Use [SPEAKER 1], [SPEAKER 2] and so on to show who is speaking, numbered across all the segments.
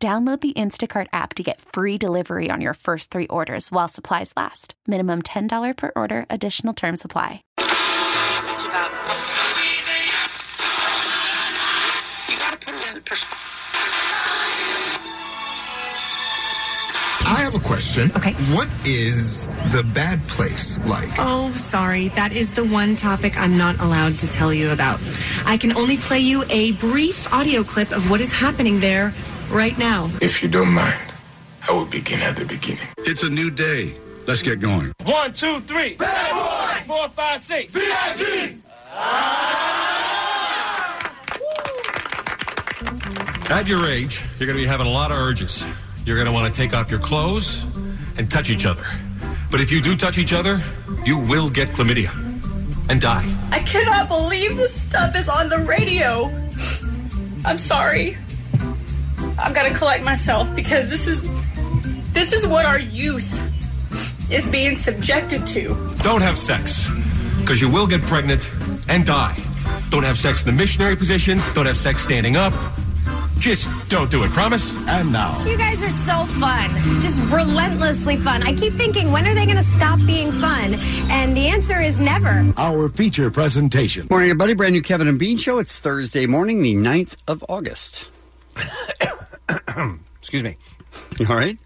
[SPEAKER 1] Download the Instacart app to get free delivery on your first three orders while supplies last. Minimum $10 per order, additional term supply.
[SPEAKER 2] much about. You gotta put it into perspective.
[SPEAKER 3] I have a question.
[SPEAKER 4] Okay.
[SPEAKER 3] What is the bad place like?
[SPEAKER 4] Oh, sorry. That is the one topic I'm not allowed to tell you about. I can only play you a brief audio clip of what is happening there right now.
[SPEAKER 5] If you don't mind, I will begin at the beginning.
[SPEAKER 6] It's a new day. Let's get going.
[SPEAKER 7] One, two, three. Bad boy. Four, five, six. VIG.
[SPEAKER 8] At your age, you're going to be having a lot of urges. You're going to want to take off your clothes and touch each other. But if you do touch each other, you will get chlamydia and die.
[SPEAKER 9] I cannot believe this stuff is on the radio. I'm sorry. I've got to collect myself because this is this is what our youth is being subjected to.
[SPEAKER 8] Don't have sex, because you will get pregnant and die. Don't have sex in the missionary position. Don't have sex standing up. Just don't do it, promise?
[SPEAKER 6] And now,
[SPEAKER 10] You guys are so fun. Just relentlessly fun. I keep thinking, when are they going to stop being fun? And the answer is never.
[SPEAKER 6] our feature presentation.
[SPEAKER 11] Morning, everybody. Brand new Kevin and Bean show. It's Thursday morning, the 9th of August.
[SPEAKER 12] Excuse me.
[SPEAKER 11] You all right?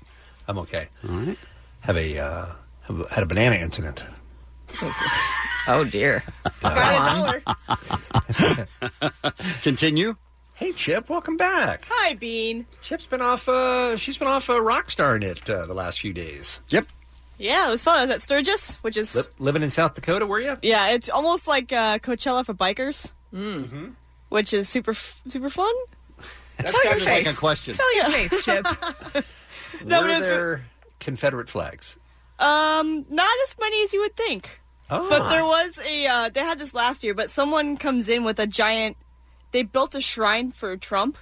[SPEAKER 12] I'm okay. All right. Have a uh, have, a- had a banana incident.
[SPEAKER 13] Oh dear.
[SPEAKER 11] Continue.
[SPEAKER 12] Hey, Chip. Welcome back.
[SPEAKER 9] Hi, Bean.
[SPEAKER 12] Chip's been off. Uh, she's been off uh, rock starring it uh, the last few days.
[SPEAKER 11] Yep.
[SPEAKER 13] Yeah, it was fun. I was at Sturgis, which is
[SPEAKER 12] Li- living in South Dakota, were you?
[SPEAKER 13] yeah, it's almost like uh, Coachella for bikers,
[SPEAKER 9] Mm.
[SPEAKER 13] which is super f- super fun.
[SPEAKER 12] Mm-hmm. That
[SPEAKER 13] Tell your
[SPEAKER 12] sounded like a
[SPEAKER 13] face.
[SPEAKER 12] question.
[SPEAKER 13] Tell your
[SPEAKER 9] Face chip.
[SPEAKER 13] No,
[SPEAKER 12] were
[SPEAKER 13] but it's-
[SPEAKER 12] there Confederate flags?
[SPEAKER 13] Um, not as many as you would think.
[SPEAKER 12] Oh.
[SPEAKER 13] But there was a uh, they had this last year, but someone comes in with a giant. They built a shrine for Trump,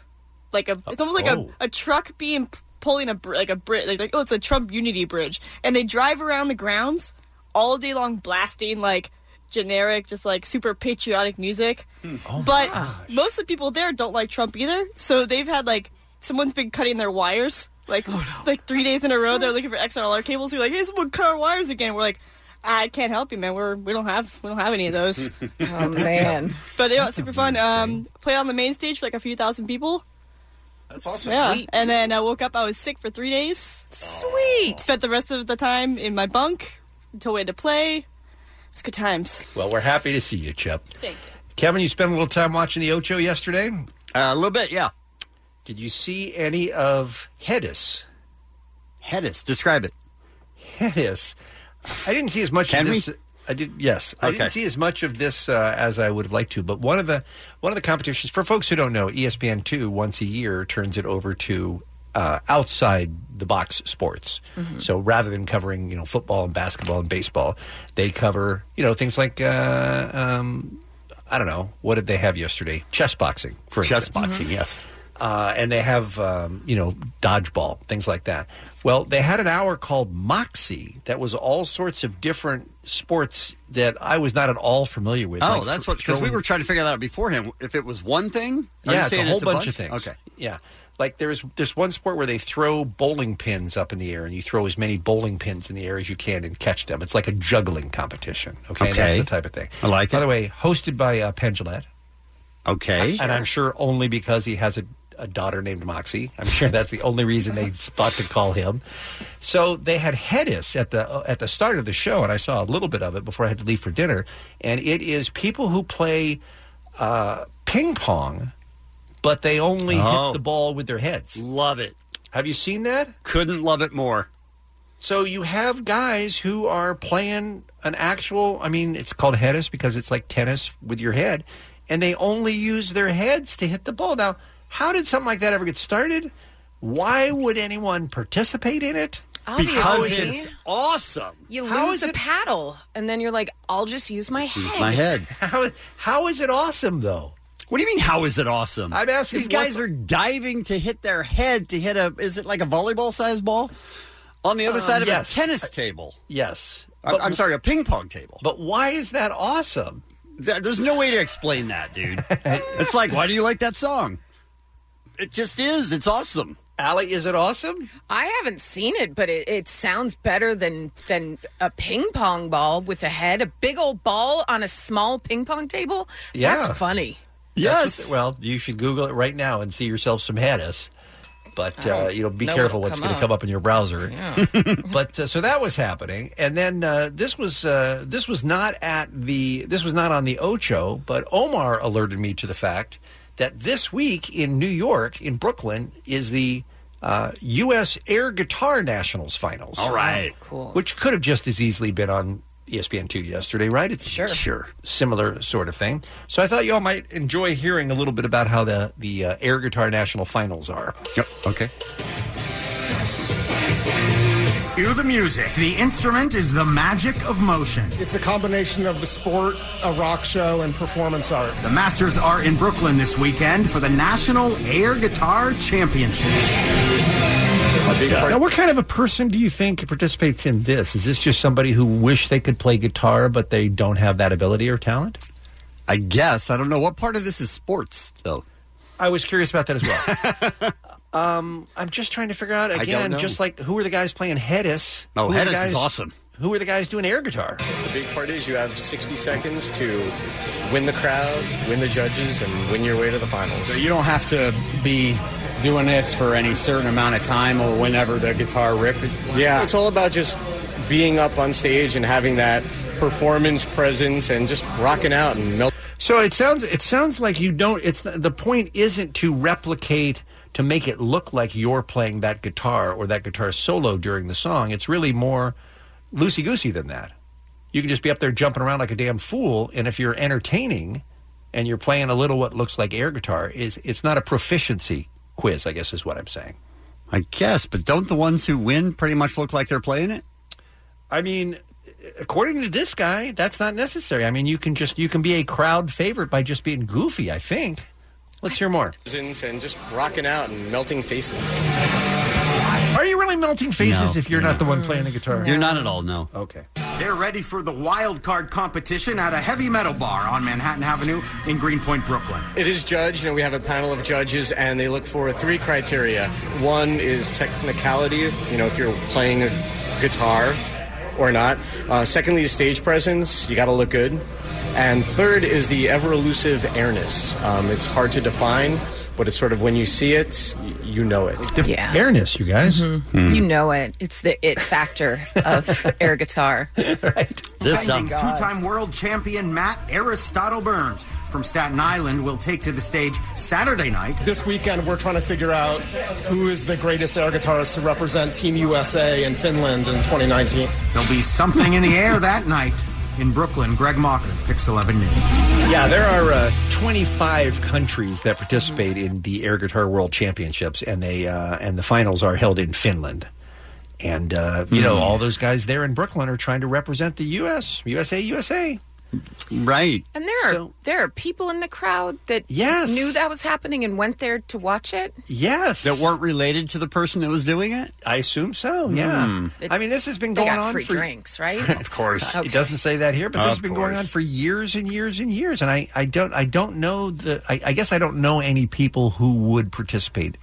[SPEAKER 13] like a it's almost like
[SPEAKER 12] Oh.
[SPEAKER 13] a, a truck being pulling a br- like a bridge, like, like oh it's a Trump unity bridge, and they drive around the grounds all day long blasting like generic, just like super patriotic music.
[SPEAKER 9] Oh
[SPEAKER 13] but most of the people there don't like Trump either, so they've had like someone's been cutting their wires like like three days in a row. They're looking for XLR cables. They're like, hey, someone cut our wires again. We're like. I can't help you, man. We're we don't have we don't have any of those.
[SPEAKER 9] Oh man.
[SPEAKER 13] But it was super fun. Um, played on the main stage for like a few thousand people.
[SPEAKER 12] That's awesome.
[SPEAKER 13] Yeah, and then I woke up. I was sick for three days. Sweet. Spent the rest of the time in my bunk until we had to play. It's good times.
[SPEAKER 12] Well, we're happy to see you, Chip.
[SPEAKER 13] Thank you.
[SPEAKER 12] Kevin, you spent a little time watching the Ocho yesterday.
[SPEAKER 11] Uh, a little bit, yeah.
[SPEAKER 12] Did you see any of Hedis?
[SPEAKER 11] Hedis, describe it.
[SPEAKER 12] Yes, I didn't see as much.
[SPEAKER 11] Can
[SPEAKER 12] of this,
[SPEAKER 11] we?
[SPEAKER 12] I did. Yes, I
[SPEAKER 11] Okay.
[SPEAKER 12] didn't see as much of this uh, as I would have liked to. But one of the one of the competitions for folks who don't know, E ESPN two once a year turns it over to uh, outside the box sports.
[SPEAKER 11] Mm-hmm.
[SPEAKER 12] So rather than covering you know football and basketball and baseball, they cover you know things like. Uh, um, I don't know. What did they have yesterday? Chess boxing, for
[SPEAKER 11] Chess
[SPEAKER 12] instance
[SPEAKER 11] boxing, yes.
[SPEAKER 12] uh, and they have um, you know dodgeball things like that. Well, they had an hour called Moxie that was all sorts of different sports that I was not at all familiar with.
[SPEAKER 11] Oh,
[SPEAKER 12] like
[SPEAKER 11] that's
[SPEAKER 12] thr-
[SPEAKER 11] what, because we
[SPEAKER 12] throwing-
[SPEAKER 11] were trying to figure that out beforehand. If it was one thing, are you
[SPEAKER 12] yeah, it's a
[SPEAKER 11] saying
[SPEAKER 12] whole
[SPEAKER 11] it's
[SPEAKER 12] bunch, of things.
[SPEAKER 11] Okay.
[SPEAKER 12] yeah. Like there's there's one sport where they throw bowling pins up in the air, and you throw as many bowling pins in the air as you can and catch them. It's like a juggling competition. Okay, that's
[SPEAKER 11] Okay.
[SPEAKER 12] the type of thing.
[SPEAKER 11] I like
[SPEAKER 12] By
[SPEAKER 11] it.
[SPEAKER 12] the way, hosted by uh, Pendulette.
[SPEAKER 11] Okay.
[SPEAKER 12] and I'm sure only because he has a, a daughter named Moxie. I'm sure that's the only reason they thought to call him. So they had Hedis at the at the start of the show, and I saw a little bit of it before I had to leave for dinner. And it is people who play uh, ping pong, but they only
[SPEAKER 11] Oh.
[SPEAKER 12] hit the ball with their heads.
[SPEAKER 11] Love it.
[SPEAKER 12] Have you seen that?
[SPEAKER 11] Couldn't love it more.
[SPEAKER 12] So you have guys who are playing an actual. I mean, it's called headis because it's like tennis with your head, and they only use their heads to hit the ball. Now, how did something like that ever get started? Why would anyone participate in it?
[SPEAKER 14] Because
[SPEAKER 12] Obviously.
[SPEAKER 14] it's awesome. You lose a paddle, and then you're like, "I'll just use my
[SPEAKER 11] She's
[SPEAKER 14] head."
[SPEAKER 11] my head.
[SPEAKER 12] How, how is it awesome, though?
[SPEAKER 11] What do you mean? How is it awesome?
[SPEAKER 12] I'm asking
[SPEAKER 11] These
[SPEAKER 12] what-
[SPEAKER 11] guys are diving to hit their head to hit a. Is it like a volleyball sized ball on the other
[SPEAKER 12] Um,
[SPEAKER 11] side of
[SPEAKER 12] yes.
[SPEAKER 11] a tennis table?
[SPEAKER 12] Yes.
[SPEAKER 11] I'm,
[SPEAKER 12] But-
[SPEAKER 11] I'm sorry, a ping pong table.
[SPEAKER 12] But why is that awesome?
[SPEAKER 11] There's no way to explain that, dude. it's like, why do you like that song? It just is. It's awesome.
[SPEAKER 12] Allie, is it awesome?
[SPEAKER 14] I haven't seen it, but it, it sounds better than than a ping pong ball with a head, a big old ball on a small ping pong table.
[SPEAKER 12] Yeah.
[SPEAKER 14] that's funny.
[SPEAKER 12] Yes. well, you should Google it right now and see yourself some hadas. But
[SPEAKER 14] I
[SPEAKER 12] uh,
[SPEAKER 14] don't
[SPEAKER 12] you know, be
[SPEAKER 14] know
[SPEAKER 12] careful
[SPEAKER 14] what'll
[SPEAKER 12] what's
[SPEAKER 14] come
[SPEAKER 12] going to
[SPEAKER 14] up.
[SPEAKER 12] come up in your browser. but uh, so that was happening, and then uh, this was uh, this was not at the this was not on the Ocho, but Omar alerted me to the fact that this week in New York, in Brooklyn, is the uh, U.S. Air Guitar Nationals Finals.
[SPEAKER 11] All right.
[SPEAKER 12] Oh, cool. Which could have just as easily been on E ESPN two yesterday, right? It's sure,
[SPEAKER 11] sure,
[SPEAKER 12] similar sort of thing. So I thought y'all might enjoy hearing a little bit about how the the uh, Air Guitar National Finals are.
[SPEAKER 11] Yep. Okay.
[SPEAKER 15] Hear the music. The instrument is the magic of motion.
[SPEAKER 16] It's a combination of the sport, a rock show, and performance art.
[SPEAKER 15] The Masters are in Brooklyn this weekend for the National Air Guitar Championship.
[SPEAKER 17] Oh,
[SPEAKER 12] Now, what kind of a person do you think participates in this? Is this just somebody who wish they could play guitar but they don't have that ability or talent?
[SPEAKER 11] I guess I don't know what part of this is sports though.
[SPEAKER 12] I was curious about that as well. um, I'm just trying to figure out
[SPEAKER 11] I don't
[SPEAKER 12] again,
[SPEAKER 11] know.
[SPEAKER 12] just like who are the guys playing Hedis?
[SPEAKER 11] Oh,
[SPEAKER 12] Who are the
[SPEAKER 11] Hedis is
[SPEAKER 12] guys-
[SPEAKER 11] awesome.
[SPEAKER 12] Who are the guys doing air guitar?
[SPEAKER 18] The big part is you have 60 seconds to win the crowd, win the judges, and win your way to the finals.
[SPEAKER 17] So you don't have to be doing this for any certain amount of time or whenever the guitar rip.
[SPEAKER 18] yeah, it's all about just being up on stage and having that performance presence and just rocking out and melt.
[SPEAKER 12] So it sounds it sounds like you don't. It's the point isn't to replicate to make it look like you're playing that guitar or that guitar solo during the song. It's really more loosey goosey than that. You can just be up there jumping around like a damn fool, and if you're entertaining and you're playing a little what looks like air guitar, is it's not a proficiency quiz. I guess is what I'm saying.
[SPEAKER 11] I guess, but don't the ones who win pretty much look like they're playing it?
[SPEAKER 12] I mean, according to this guy, that's not necessary. I mean, you can just you can be a crowd favorite by just being goofy. I think. Let's hear more.
[SPEAKER 18] presence And just rocking out and melting faces.
[SPEAKER 12] Are you really melting faces
[SPEAKER 18] No,
[SPEAKER 12] if you're not the one playing the guitar?
[SPEAKER 11] You're not at all. No.
[SPEAKER 12] Okay.
[SPEAKER 15] They're ready for the wild card competition at a heavy metal bar on Manhattan Avenue in Greenpoint, Brooklyn.
[SPEAKER 18] It is judged, and we have a panel of judges, and they look for three criteria. One is technicality, you know, if you're playing a guitar or not. Uh, secondly, is stage presence, you got to look good. And third is the ever elusive airness. Um, it's hard to define, but it's sort of when you see it, y- you know it.
[SPEAKER 14] Yeah.
[SPEAKER 12] Airness, you guys.
[SPEAKER 14] You know it. It's the it factor of air guitar.
[SPEAKER 15] Defending two-time world champion Matt Aristotle Burns from Staten Island will take to the stage Saturday night.
[SPEAKER 16] This weekend, we're trying to figure out who is the greatest air guitarist to represent Team USA and Finland in 2019.
[SPEAKER 15] There'll be something in the air that night in Brooklyn. Greg Mocker, Pix 11 News.
[SPEAKER 12] Yeah, there are uh, 25 countries that participate in the Air Guitar World Championships, and they uh, and the finals are held in Finland. And uh, you know,
[SPEAKER 11] Mm.
[SPEAKER 12] all those guys there in Brooklyn are trying to represent the U.S., USA, USA.
[SPEAKER 11] Right.
[SPEAKER 14] And there are there are people in the crowd that
[SPEAKER 11] Yes.
[SPEAKER 14] knew that was happening and went there to watch it.
[SPEAKER 12] Yes.
[SPEAKER 11] That weren't related to the person that was doing it?
[SPEAKER 12] I assume so, yeah. I mean, this has been
[SPEAKER 14] They
[SPEAKER 12] going
[SPEAKER 14] got
[SPEAKER 12] on
[SPEAKER 14] free
[SPEAKER 12] for
[SPEAKER 14] drinks, right?
[SPEAKER 12] of course,
[SPEAKER 14] Okay.
[SPEAKER 12] it doesn't say that here, but this
[SPEAKER 11] Of
[SPEAKER 12] has been going
[SPEAKER 11] course.
[SPEAKER 12] on for years and years and years. And I, I don't, I don't know the. I, I guess I don't know any people who would participate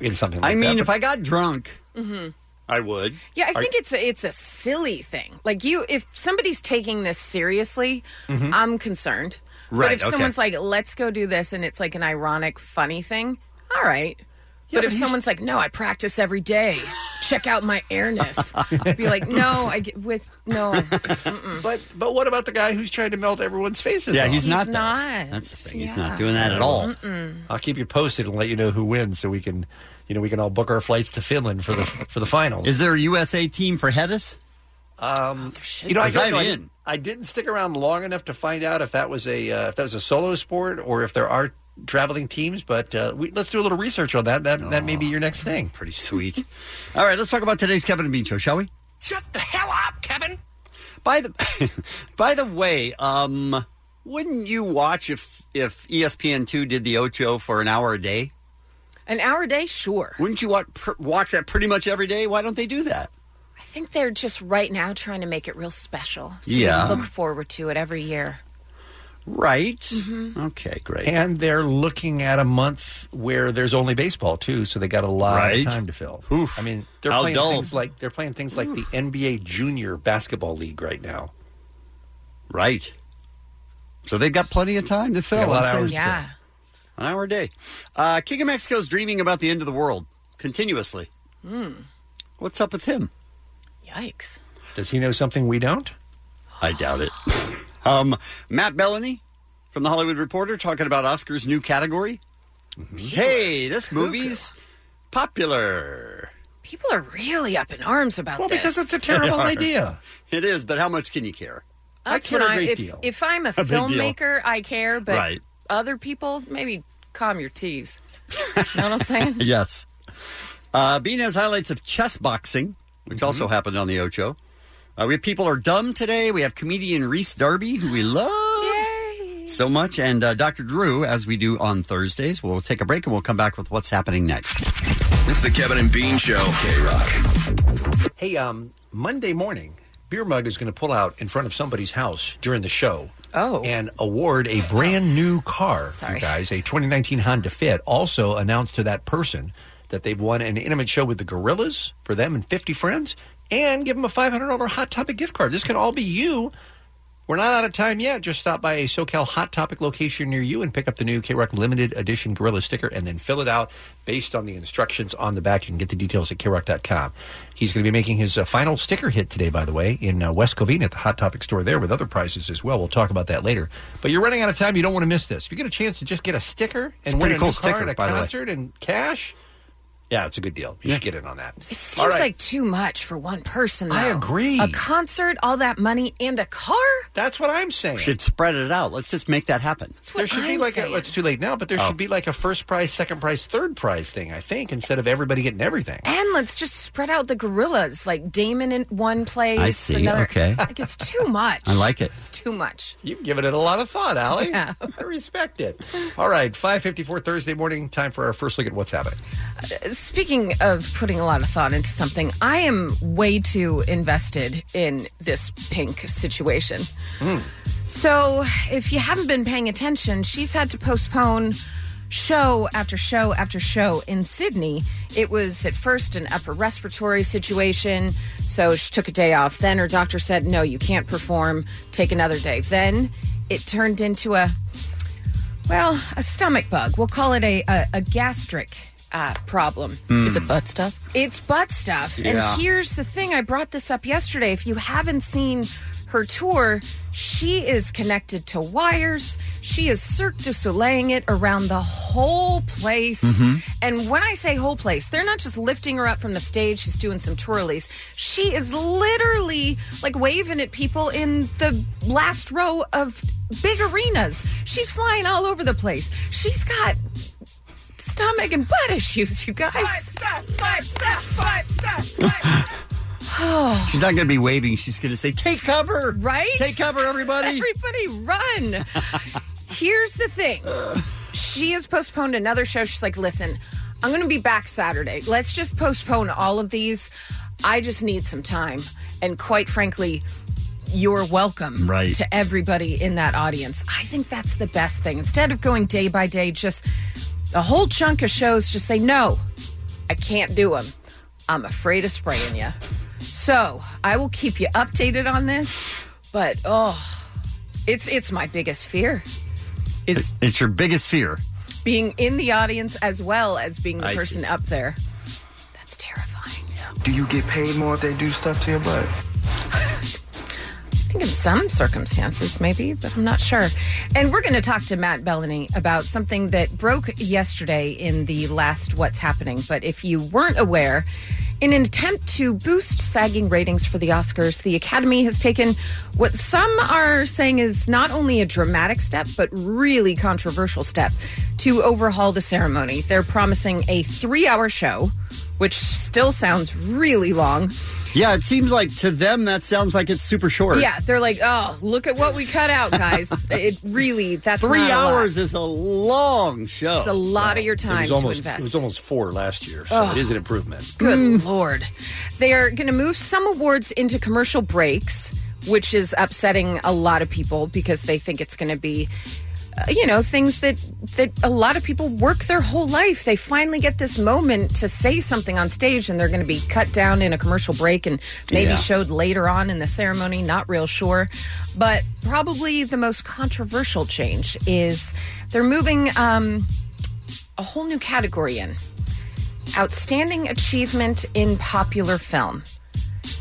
[SPEAKER 12] in something like
[SPEAKER 11] I
[SPEAKER 12] that.
[SPEAKER 11] mean,
[SPEAKER 12] but-
[SPEAKER 11] if I got drunk,
[SPEAKER 14] hmm
[SPEAKER 11] I would.
[SPEAKER 14] Yeah, I
[SPEAKER 12] Are-
[SPEAKER 14] think it's a, it's a silly thing. Like you, if somebody's taking this seriously,
[SPEAKER 11] Mhm.
[SPEAKER 14] I'm concerned. but
[SPEAKER 11] Right,
[SPEAKER 14] if
[SPEAKER 11] okay.
[SPEAKER 14] someone's like, "Let's go do this," and it's like an ironic, funny thing, all right. but,
[SPEAKER 12] Yeah, but
[SPEAKER 14] if
[SPEAKER 12] he's-
[SPEAKER 14] someone's like, "No, I practice every day. Check out my airness," I'd be like, "No, I get with no."
[SPEAKER 12] But but what about the guy who's trying to melt everyone's faces?
[SPEAKER 11] Yeah,
[SPEAKER 12] off?
[SPEAKER 11] he's not, though.
[SPEAKER 14] not.
[SPEAKER 11] That's the thing. He's not doing that at all.
[SPEAKER 14] Mm-mm.
[SPEAKER 12] I'll keep you posted and let you know who wins, so we can, you know, we can all book our flights to Finland for the for the finals.
[SPEAKER 11] Is there a USA team for Hedis?
[SPEAKER 12] Um, you know, I,
[SPEAKER 11] 'Cause
[SPEAKER 12] don't
[SPEAKER 11] I'm
[SPEAKER 12] know, I,
[SPEAKER 11] in.
[SPEAKER 12] didn't, I didn't stick around long enough to find out if that was a uh, if that was a solo sport or if there are traveling teams, but uh, we, let's do a little research on that. That that may be your next thing.
[SPEAKER 11] Pretty sweet. All right, let's talk about today's Kevin and Bean show, shall we?
[SPEAKER 7] Shut the hell up, Kevin.
[SPEAKER 11] By the by the way, um, wouldn't you watch if if E ESPN two did the Ocho for an hour a day?
[SPEAKER 14] An hour a day, sure.
[SPEAKER 11] Wouldn't you watch, pr- watch that pretty much every day? Why don't they do that?
[SPEAKER 14] I think they're just right now trying to make it real special. So you
[SPEAKER 11] Yeah.
[SPEAKER 14] look forward to it every year.
[SPEAKER 11] Right. Okay, great.
[SPEAKER 12] And they're looking at a month where there's only baseball too, so they got a lot
[SPEAKER 11] Right.
[SPEAKER 12] of time to fill.
[SPEAKER 11] Oof.
[SPEAKER 12] I mean, they're
[SPEAKER 11] How
[SPEAKER 12] playing
[SPEAKER 11] dull.
[SPEAKER 12] things like they're playing things like the NBA Junior Basketball League right now.
[SPEAKER 11] Right. So they've got plenty of time to fill.
[SPEAKER 12] Got a lot
[SPEAKER 11] I'm
[SPEAKER 12] of hours
[SPEAKER 11] saying.
[SPEAKER 12] to fill. Yeah.
[SPEAKER 11] An hour a day. Uh, King of Mexico's dreaming about the end of the world continuously.
[SPEAKER 14] Mm.
[SPEAKER 11] What's up with him?
[SPEAKER 14] Yikes.
[SPEAKER 12] Does he know something we don't?
[SPEAKER 11] I doubt it. um, Matt Bellany from The Hollywood Reporter talking about Oscar's new category. Mm-hmm. Hey, this movie's popular.
[SPEAKER 14] People are really up in arms about
[SPEAKER 11] Well,
[SPEAKER 14] this.
[SPEAKER 11] because it's a terrible They are. idea. It is, but how much can you care?
[SPEAKER 14] That's
[SPEAKER 11] I care
[SPEAKER 14] what
[SPEAKER 11] a
[SPEAKER 14] I-
[SPEAKER 11] great
[SPEAKER 14] if,
[SPEAKER 11] deal.
[SPEAKER 14] If I'm a,
[SPEAKER 11] A big deal.
[SPEAKER 14] filmmaker, I care, but
[SPEAKER 11] Right.
[SPEAKER 14] other people, maybe calm your teas. know what I'm saying?
[SPEAKER 11] yes. Uh, Bean has highlights of chess boxing, which also happened on the Ocho. Uh, we have People Are Dumb today. We have comedian Reese Darby, who we love so much, and uh, Dr. Drew, as we do on Thursdays. We'll take a break and we'll come back with what's happening next.
[SPEAKER 19] It's the Kevin and Bean Show. K Rock.
[SPEAKER 12] Hey, um, Monday morning, Beer Mug is going to pull out in front of somebody's house during the show.
[SPEAKER 14] Oh.
[SPEAKER 12] And award a brand new car, you guys, a 2019 Honda Fit. Also announced to that person that they've won an intimate show with the Gorillas for them and 50 friends, and give them a $500 Hot Topic gift card. This can all be you. We're not out of time yet. Just stop by a SoCal Hot Topic location near you and pick up the new K Rock Limited Edition Gorilla sticker and then fill it out based on the instructions on the back. You can get the details at krock.com. He's going to be making his uh, final sticker hit today, by the way, in uh, West Covina at the Hot Topic store there with other prizes as well. We'll talk about that later. But you're running out of time. You don't want to miss this. If you get a chance to just get a sticker and
[SPEAKER 11] It's a
[SPEAKER 12] win
[SPEAKER 11] pretty
[SPEAKER 12] a
[SPEAKER 11] cool
[SPEAKER 12] new car
[SPEAKER 11] sticker,
[SPEAKER 12] and a
[SPEAKER 11] by the way.
[SPEAKER 12] concert and cash, yeah, it's a good deal. You should get in on that.
[SPEAKER 14] It seems like too much for one person. Though.
[SPEAKER 12] I agree.
[SPEAKER 14] A concert, all that money, and a car?
[SPEAKER 12] That's what I'm saying.
[SPEAKER 11] Should spread it out. Let's just make that happen.
[SPEAKER 12] there should be
[SPEAKER 14] I'm
[SPEAKER 12] like
[SPEAKER 14] saying.
[SPEAKER 12] a, it's too late now, but there should be like a first prize, second prize, third prize thing. I think instead of everybody getting everything.
[SPEAKER 14] And let's just spread out the gorillas, like Damon in one place.
[SPEAKER 12] I see,
[SPEAKER 14] Another.
[SPEAKER 12] okay.
[SPEAKER 14] Like it's too much.
[SPEAKER 12] I like it.
[SPEAKER 14] It's too much.
[SPEAKER 12] You've given it a lot of thought, Allie.
[SPEAKER 14] Yeah.
[SPEAKER 12] I respect it. All right, five fifty-four Thursday morning. Time for our first look at what's happening.
[SPEAKER 14] Speaking of putting a lot of thought into something, I am way too invested in this pink situation.
[SPEAKER 12] Hmm.
[SPEAKER 14] So, if you haven't been paying attention, she's had to postpone show after show after show in Sydney. It was at first an upper respiratory situation, so she took a day off. Then her doctor said, No, you can't perform, take another day. Then it turned into a, well, a stomach bug. We'll call it a, a, a gastric uh, problem.
[SPEAKER 20] Is it butt stuff?
[SPEAKER 14] It's butt stuff.
[SPEAKER 20] Yeah.
[SPEAKER 14] And here's the thing I brought this up yesterday. If you haven't seen her tour, she is connected to wires. She is Cirque du Soleiling it around the whole place.
[SPEAKER 20] Mhm.
[SPEAKER 14] And when I say whole place, they're not just lifting her up from the stage. She's doing some twirlies. She is literally like waving at people in the last row of big arenas. She's flying all over the place. She's got stomach and butt issues, you guys. Oh,
[SPEAKER 11] She's not going to be waving. She's going to say, take cover.
[SPEAKER 14] Right?
[SPEAKER 11] Take cover, everybody.
[SPEAKER 14] Everybody run. Here's the thing. She has postponed another show. She's like, listen, I'm going to be back Saturday. Let's just postpone all of these. I just need some time. And quite frankly, you're welcome
[SPEAKER 20] Right.
[SPEAKER 14] to everybody in that audience. I think that's the best thing. Instead of going day by day, just a whole chunk of shows, just say, no, I can't do them. I'm afraid of spraying you. So I will keep you updated on this. But oh, it's it's my biggest fear is
[SPEAKER 11] It's your biggest fear.
[SPEAKER 14] being in the audience as well as being the
[SPEAKER 11] I
[SPEAKER 14] person
[SPEAKER 11] see.
[SPEAKER 14] up there.
[SPEAKER 19] Do you get paid more if they do stuff to your butt?
[SPEAKER 14] I think in some circumstances, maybe, but I'm not sure. And we're going to talk to Matt Bellany about something that broke yesterday in the last What's Happening. But if you weren't aware, In an attempt to boost sagging ratings for the Oscars, the Academy has taken what some are saying is not only a dramatic step, but really controversial step to overhaul the ceremony. They're promising a three hour show, which still sounds really long.
[SPEAKER 11] Yeah, it seems like to them that sounds like it's super short.
[SPEAKER 14] Yeah, they're like, oh, look at what we cut out, guys. it really, that's
[SPEAKER 11] Three
[SPEAKER 14] not a lot.
[SPEAKER 11] hours is a long show.
[SPEAKER 14] It's a lot of your
[SPEAKER 12] it
[SPEAKER 14] time
[SPEAKER 12] was
[SPEAKER 14] to
[SPEAKER 12] almost
[SPEAKER 14] invest.
[SPEAKER 12] it was Mm. almost four last year, so
[SPEAKER 14] Ugh.
[SPEAKER 12] it is an improvement.
[SPEAKER 14] Good lord. They are going to move some awards into commercial breaks, which is upsetting a lot of people because they think it's going to be uh, you know things that that a lot of people work their whole life they finally get this moment to say something on stage and they're going to be cut down in a commercial break and maybe
[SPEAKER 20] Yeah.
[SPEAKER 14] showed later on in the ceremony not real sure but probably the most controversial change is they're moving um, a whole new category in Outstanding Achievement in Popular Film.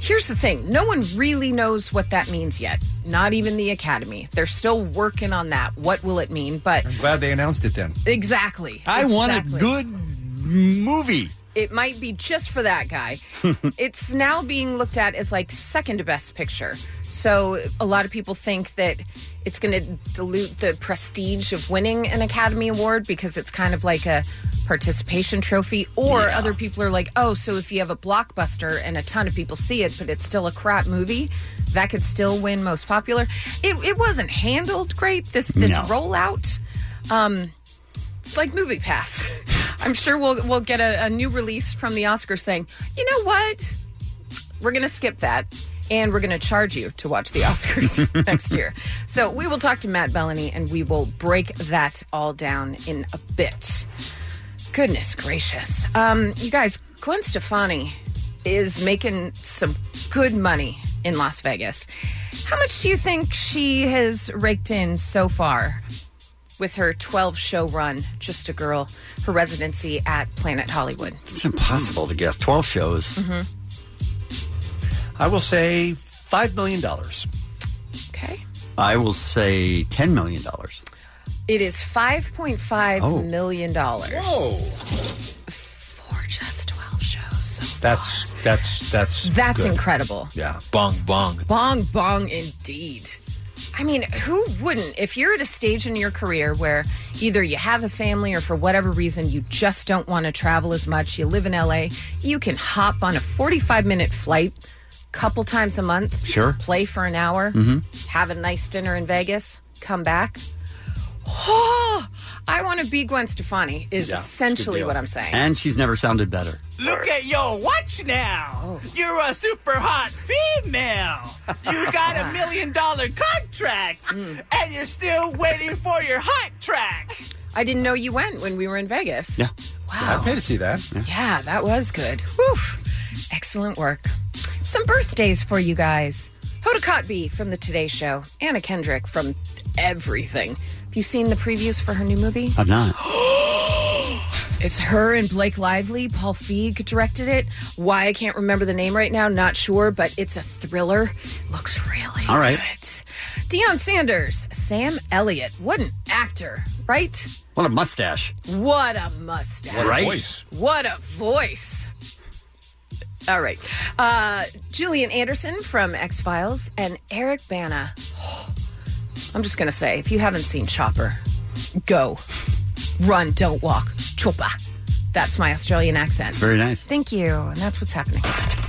[SPEAKER 14] Here's the thing no one really knows what that means yet, not even the Academy. They're still working on that. What will it mean? But
[SPEAKER 12] I'm glad they announced it then.
[SPEAKER 14] exactly.
[SPEAKER 12] I want a
[SPEAKER 14] Exactly.
[SPEAKER 11] good movie.
[SPEAKER 14] It might be just for that guy. it's now being looked at as like second to best picture. So a lot of people think that it's going to dilute the prestige of winning an Academy Award because it's kind of like a participation trophy. Or other people are like, oh, so if you have a blockbuster and a ton of people see it, but it's still a crap movie, that could still win most popular. It, it wasn't handled great. This this
[SPEAKER 20] No.
[SPEAKER 14] rollout. Um, it's like Movie Pass. I'm sure we'll we'll get a, a new release from the Oscars saying, you know what, we're going to skip that, and we're going to charge you to watch the Oscars next year. So we will talk to Matt Bellany, and we will break that all down in a bit. Goodness gracious, um, you guys, Gwen Stefani is making some good money in Las Vegas. How much do you think she has raked in so far with her 12 show run, Just a Girl, her residency at Planet Hollywood.
[SPEAKER 11] It's impossible to guess. Twelve shows.
[SPEAKER 14] hmm
[SPEAKER 12] Mm-hmm. I will say five million dollars.
[SPEAKER 11] I will say ten million dollars.
[SPEAKER 14] It is $5.5
[SPEAKER 11] Oh.
[SPEAKER 14] million dollars. For just 12 shows. So
[SPEAKER 12] That's that's that's
[SPEAKER 14] That's
[SPEAKER 12] good.
[SPEAKER 14] incredible.
[SPEAKER 12] Yeah, bong bong.
[SPEAKER 14] Bong bong indeed. I mean, who wouldn't? If you're at a stage in your career where either you have a family or for whatever reason you just don't want to travel as much, you live in LA, you can hop on a 45 minute flight couple times a month.
[SPEAKER 11] Sure.
[SPEAKER 14] Play for an hour,
[SPEAKER 11] Mhm.
[SPEAKER 14] have a nice dinner in Vegas, come back. Oh, I want to be Gwen Stefani is
[SPEAKER 11] Yeah, it's a good
[SPEAKER 14] essentially
[SPEAKER 11] deal.
[SPEAKER 14] what I'm saying.
[SPEAKER 11] And she's never sounded better.
[SPEAKER 7] Look at your watch
[SPEAKER 12] Oh.
[SPEAKER 7] now. You're a super hot female. You got a million dollar contract,
[SPEAKER 12] Hmm.
[SPEAKER 7] and you're still waiting for your hot track.
[SPEAKER 14] I didn't know you went when we were in Vegas.
[SPEAKER 11] Yeah.
[SPEAKER 14] Wow.
[SPEAKER 12] I paid to see that.
[SPEAKER 14] Yeah, that was good. Woof. Excellent work. Some birthdays for you guys. Hoda Kotb from The Today Show. Anna Kendrick from everything. Have you seen the previews for her new movie?
[SPEAKER 11] I'm not.
[SPEAKER 14] It's her and Blake Lively. Paul Feig directed it. Why I can't remember the name right now, not sure, but it's a thriller. Looks really
[SPEAKER 11] All right.
[SPEAKER 14] good. Deion Sanders, Sam Elliott. What an actor, right?
[SPEAKER 11] What a mustache.
[SPEAKER 14] What a mustache.
[SPEAKER 11] What a Right? voice.
[SPEAKER 14] What a voice. All right. Uh, Julian Anderson from X Files and Eric Bana. I'm just going to say if you haven't seen Chopper, go. Run, don't walk. Chopper. That's my Australian accent. That's
[SPEAKER 11] very nice.
[SPEAKER 14] Thank you. And that's what's happening.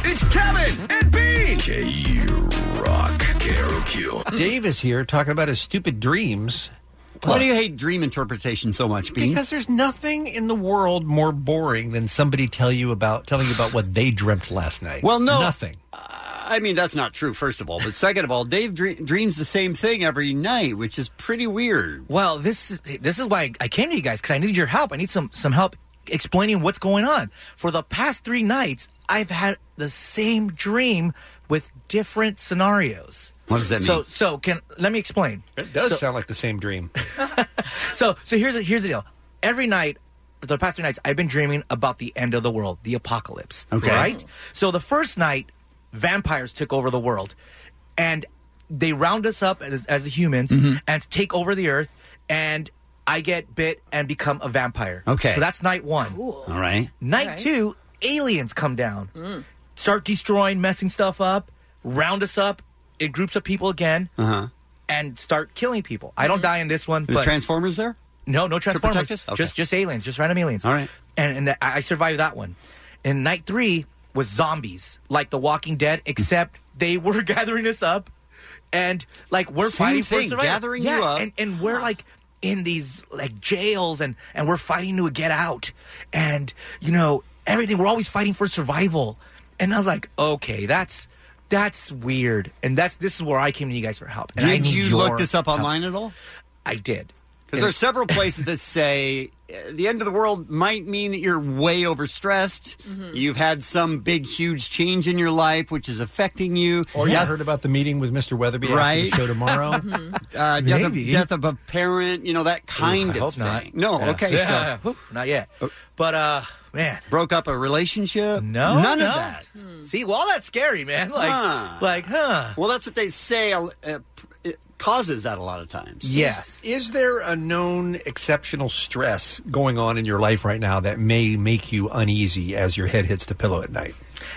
[SPEAKER 19] It's Kevin and Bean. K Rock.
[SPEAKER 12] Dave is here talking about his stupid dreams.
[SPEAKER 11] Why do you hate dream interpretation so much, Bean?
[SPEAKER 12] Because there's nothing in the world more boring than somebody tell you about telling you about what they dreamt last night.
[SPEAKER 11] Well, no.
[SPEAKER 12] nothing.
[SPEAKER 11] I mean, that's not true, first of all. But second of all, Dave dre- dreams the same thing every night, which is pretty weird.
[SPEAKER 21] Well, this is this is why I came to you guys because I needed your help. I need some some help explaining what's going on. For the past three nights, I've had the same dream with different scenarios.
[SPEAKER 12] What does that
[SPEAKER 21] So
[SPEAKER 12] mean?
[SPEAKER 21] so can let me explain.
[SPEAKER 12] It does
[SPEAKER 21] So-
[SPEAKER 12] sound like the same dream.
[SPEAKER 21] so so here's the, here's the deal. Every night, for the past three nights, I've been dreaming about the end of the world, the apocalypse.
[SPEAKER 12] Okay.
[SPEAKER 21] Right. So the first night, vampires took over the world, and they round us up as, as humans
[SPEAKER 11] Mm-hmm.
[SPEAKER 21] and take over the earth. And I get bit and become a vampire.
[SPEAKER 11] Okay.
[SPEAKER 21] So that's night one.
[SPEAKER 11] All right. Mm.
[SPEAKER 21] Night two, aliens come down, start destroying, messing stuff up, round us up in groups of people again,
[SPEAKER 11] Uh-huh.
[SPEAKER 21] and start killing people. I don't die in this one.
[SPEAKER 11] The
[SPEAKER 21] but
[SPEAKER 11] Transformers there?
[SPEAKER 21] No, no Transformers.
[SPEAKER 11] protect us? Okay.
[SPEAKER 21] Just just aliens, just random aliens. All right. And and that, I I survived that one. And night three was zombies, like The Walking Dead, except they were gathering us up, and like we're
[SPEAKER 11] Same
[SPEAKER 21] fighting
[SPEAKER 11] thing,
[SPEAKER 21] for survival.
[SPEAKER 11] gathering
[SPEAKER 21] yeah,
[SPEAKER 11] you up.
[SPEAKER 21] and and we're like in these like jails, and and we're fighting to get out, and you know everything. We're always fighting for survival, and I was like, okay, that's. That's weird, and that's this is where I came to you guys for help. And I
[SPEAKER 11] Did
[SPEAKER 21] need
[SPEAKER 11] you look
[SPEAKER 21] your
[SPEAKER 11] this up
[SPEAKER 21] help.
[SPEAKER 11] online at all?
[SPEAKER 21] I did.
[SPEAKER 11] Because there's several places that say uh, the end of the world might mean that you're way overstressed. You've had some big, huge change in your life, which is affecting you.
[SPEAKER 12] Or you
[SPEAKER 11] Death-
[SPEAKER 12] Oh, heard about the meeting with Mr. Weatherby
[SPEAKER 11] right?
[SPEAKER 12] after the show tomorrow?
[SPEAKER 11] uh, death, of,
[SPEAKER 12] Maybe.
[SPEAKER 11] death of a parent, you know that kind
[SPEAKER 12] I
[SPEAKER 11] of
[SPEAKER 12] hope
[SPEAKER 11] thing.
[SPEAKER 12] not.
[SPEAKER 11] No,
[SPEAKER 12] Yeah.
[SPEAKER 11] okay,
[SPEAKER 12] Yeah,
[SPEAKER 11] so
[SPEAKER 12] yeah,
[SPEAKER 21] not yet.
[SPEAKER 11] Oh.
[SPEAKER 21] But uh, man,
[SPEAKER 11] broke up a relationship.
[SPEAKER 21] No,
[SPEAKER 11] none
[SPEAKER 21] no.
[SPEAKER 11] of that.
[SPEAKER 21] See, well, that's scary, man. Like, like, huh?
[SPEAKER 11] Well, that's what they say. Uh, it causes that a lot of times.
[SPEAKER 12] Is there a known exceptional stress going on in your life right now that may make you uneasy as your head hits the pillow at night?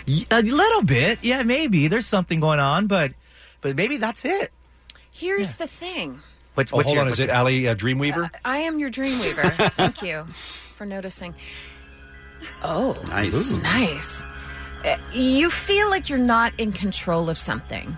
[SPEAKER 21] Y- a little bit, yeah, maybe there's something going on, but but maybe that's it.
[SPEAKER 14] Here's the thing.
[SPEAKER 21] What's,
[SPEAKER 12] oh,
[SPEAKER 21] what's
[SPEAKER 12] hold
[SPEAKER 21] your-
[SPEAKER 12] on. Is
[SPEAKER 21] what's
[SPEAKER 12] it
[SPEAKER 21] your-
[SPEAKER 12] Allie uh, Dreamweaver?
[SPEAKER 14] I am your dreamweaver. Thank you for noticing. Oh,
[SPEAKER 12] Nice. Ooh.
[SPEAKER 14] Nice. Uh, You feel like you're not in control of something.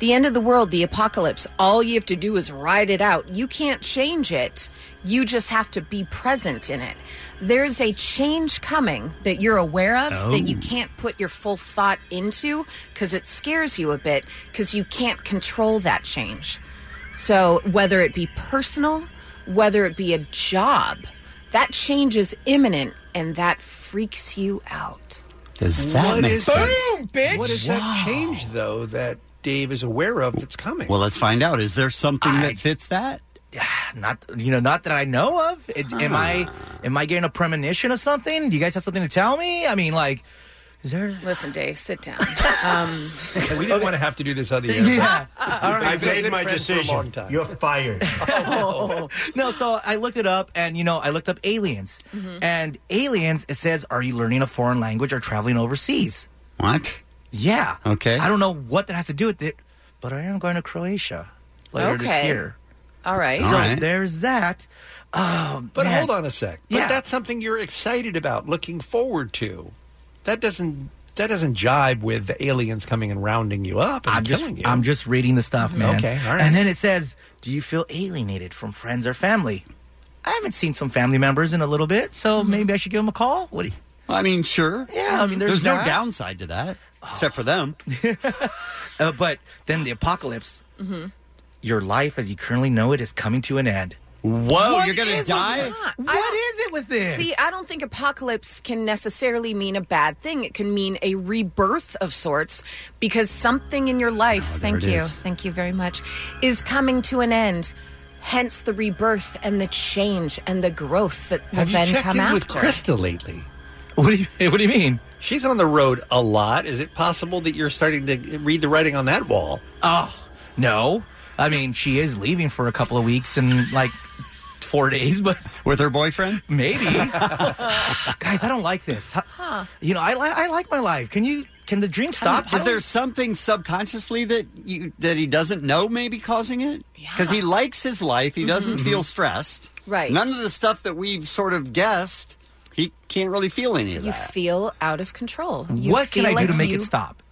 [SPEAKER 14] The end of the world, the apocalypse, all you have to do is ride it out. You can't change it. You just have to be present in it. There's a change coming that you're aware of that you
[SPEAKER 20] Oh.
[SPEAKER 14] can't put your full thought into because it scares you a bit because you can't control that change. So, whether it be personal, whether it be a job, that change is imminent and that freaks you out.
[SPEAKER 11] Does
[SPEAKER 14] that make sense?
[SPEAKER 12] Boom, bitch! What is
[SPEAKER 14] Wow.
[SPEAKER 12] that change though that Dave is aware of that's coming?
[SPEAKER 11] Well, let's find out. Is there something that fits that?
[SPEAKER 21] Not you know, not that I know of. It, Am I am I getting a premonition of something? Do you guys have something to tell me? I mean, like, is there?
[SPEAKER 14] Listen, Dave, sit down. Um,
[SPEAKER 12] we didn't want to have to do this on the air.
[SPEAKER 21] Yeah. All right.
[SPEAKER 12] I've made my decision. You're fired.
[SPEAKER 21] Oh. no, so I looked it up, and you know, I looked up aliens,
[SPEAKER 14] Mm-hmm.
[SPEAKER 21] and aliens. It says, "Are you learning a foreign language or traveling overseas?"
[SPEAKER 11] What?
[SPEAKER 21] Yeah.
[SPEAKER 11] Okay.
[SPEAKER 21] I don't know what that has to do with it, but I am going to Croatia later this
[SPEAKER 14] Okay.
[SPEAKER 21] year.
[SPEAKER 14] all right.
[SPEAKER 21] so there's that. Um,
[SPEAKER 12] But
[SPEAKER 21] man.
[SPEAKER 12] hold on a sec. But
[SPEAKER 21] Yeah.
[SPEAKER 12] that's something you're excited about, looking forward to. That doesn't that doesn't jibe with the aliens coming and rounding you up and
[SPEAKER 21] I'm just
[SPEAKER 12] killing you.
[SPEAKER 21] I'm just reading the stuff, man.
[SPEAKER 12] Okay, all right.
[SPEAKER 21] And then it says, "Do you feel alienated from friends or family?" I haven't seen some family members in a little bit, so maybe I should give them a call. What? Do you,
[SPEAKER 11] I mean, sure.
[SPEAKER 21] Yeah, I mean, there's,
[SPEAKER 11] no
[SPEAKER 21] that.
[SPEAKER 11] downside to that, except for them.
[SPEAKER 21] Uh, but then the apocalypse.
[SPEAKER 14] Mm-hmm.
[SPEAKER 21] Your life as you currently know it is coming to an end. Whoa,
[SPEAKER 14] What
[SPEAKER 21] Oh, you're gonna
[SPEAKER 14] is
[SPEAKER 21] die?
[SPEAKER 14] with that? I
[SPEAKER 21] What
[SPEAKER 14] don't-
[SPEAKER 21] is it with this?
[SPEAKER 14] See, I don't think apocalypse can necessarily mean a bad thing. It can mean a rebirth of sorts because something in your life, thank
[SPEAKER 20] it
[SPEAKER 14] you,
[SPEAKER 20] is.
[SPEAKER 14] thank you very much, is coming to an end. Hence the rebirth and the change and the growth that will
[SPEAKER 12] Have you
[SPEAKER 14] then
[SPEAKER 12] checked
[SPEAKER 14] come
[SPEAKER 12] in
[SPEAKER 14] after.
[SPEAKER 12] with Krista lately?
[SPEAKER 21] What do you What do you mean?
[SPEAKER 12] She's on the road a lot. Is it possible that you're starting to read the writing on that wall?
[SPEAKER 21] Oh no! I mean, she is leaving for a couple of weeks and like four days, but
[SPEAKER 11] with her boyfriend,
[SPEAKER 21] maybe. Guys, I don't like this. Huh. You know, I li- I like my life. Can you? Can the dream stop?
[SPEAKER 11] Is there something subconsciously that you that he doesn't know maybe causing it? Because he likes his life, he doesn't
[SPEAKER 21] Mm-hmm.
[SPEAKER 14] Mhm.
[SPEAKER 11] feel stressed.
[SPEAKER 14] Right.
[SPEAKER 11] None of the stuff that we've sort of guessed, he can't really feel any of
[SPEAKER 14] You
[SPEAKER 11] that.
[SPEAKER 14] feel out of control. You
[SPEAKER 11] What can
[SPEAKER 14] feel
[SPEAKER 11] I do
[SPEAKER 14] like
[SPEAKER 11] to make it
[SPEAKER 14] you-
[SPEAKER 11] stop?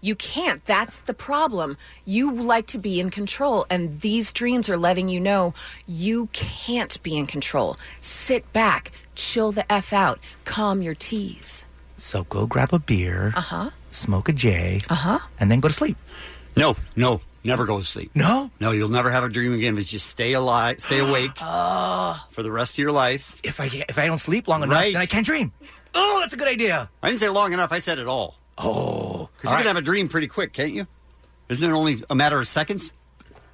[SPEAKER 14] You can't. That's the problem. You like to be in control, and these dreams are letting you know you can't be in control. Sit back, chill the F out, calm your T's.
[SPEAKER 21] So go grab a beer,
[SPEAKER 14] Uh huh.
[SPEAKER 21] smoke a J,
[SPEAKER 14] Uh huh.
[SPEAKER 21] and then go to sleep.
[SPEAKER 11] No, no, never go to sleep.
[SPEAKER 21] No,
[SPEAKER 11] no, you'll never have a dream again. But just stay alive, stay awake
[SPEAKER 14] Oh.
[SPEAKER 11] for the rest of your life.
[SPEAKER 21] If I if I don't sleep long enough, then I can't dream. Oh, that's a good idea.
[SPEAKER 11] I didn't say long enough. I said it all.
[SPEAKER 21] Oh,
[SPEAKER 11] because you can have a dream pretty quick, can't you? Isn't it only a matter of seconds?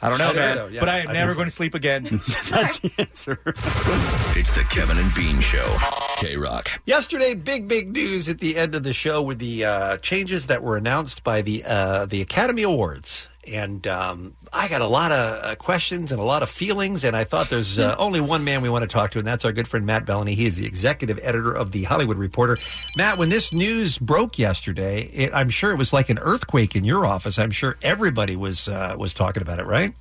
[SPEAKER 21] I don't know, man. but I am
[SPEAKER 11] I
[SPEAKER 21] never
[SPEAKER 11] think
[SPEAKER 21] going to sleep again.
[SPEAKER 11] That's the answer.
[SPEAKER 19] It's the Kevin and Bean Show. K Rock.
[SPEAKER 12] Yesterday, big big news at the end of the show with the uh, changes that were announced by the uh, the Academy Awards And um, I got a lot of uh, questions and a lot of feelings, and I thought there's uh, only one man we want to talk to, and that's our good friend Matt Bellany. He is the executive editor of the Hollywood Reporter. Matt, when this news broke yesterday, it, I'm sure it was like an earthquake in your office. I'm sure everybody was uh, was talking about it, right?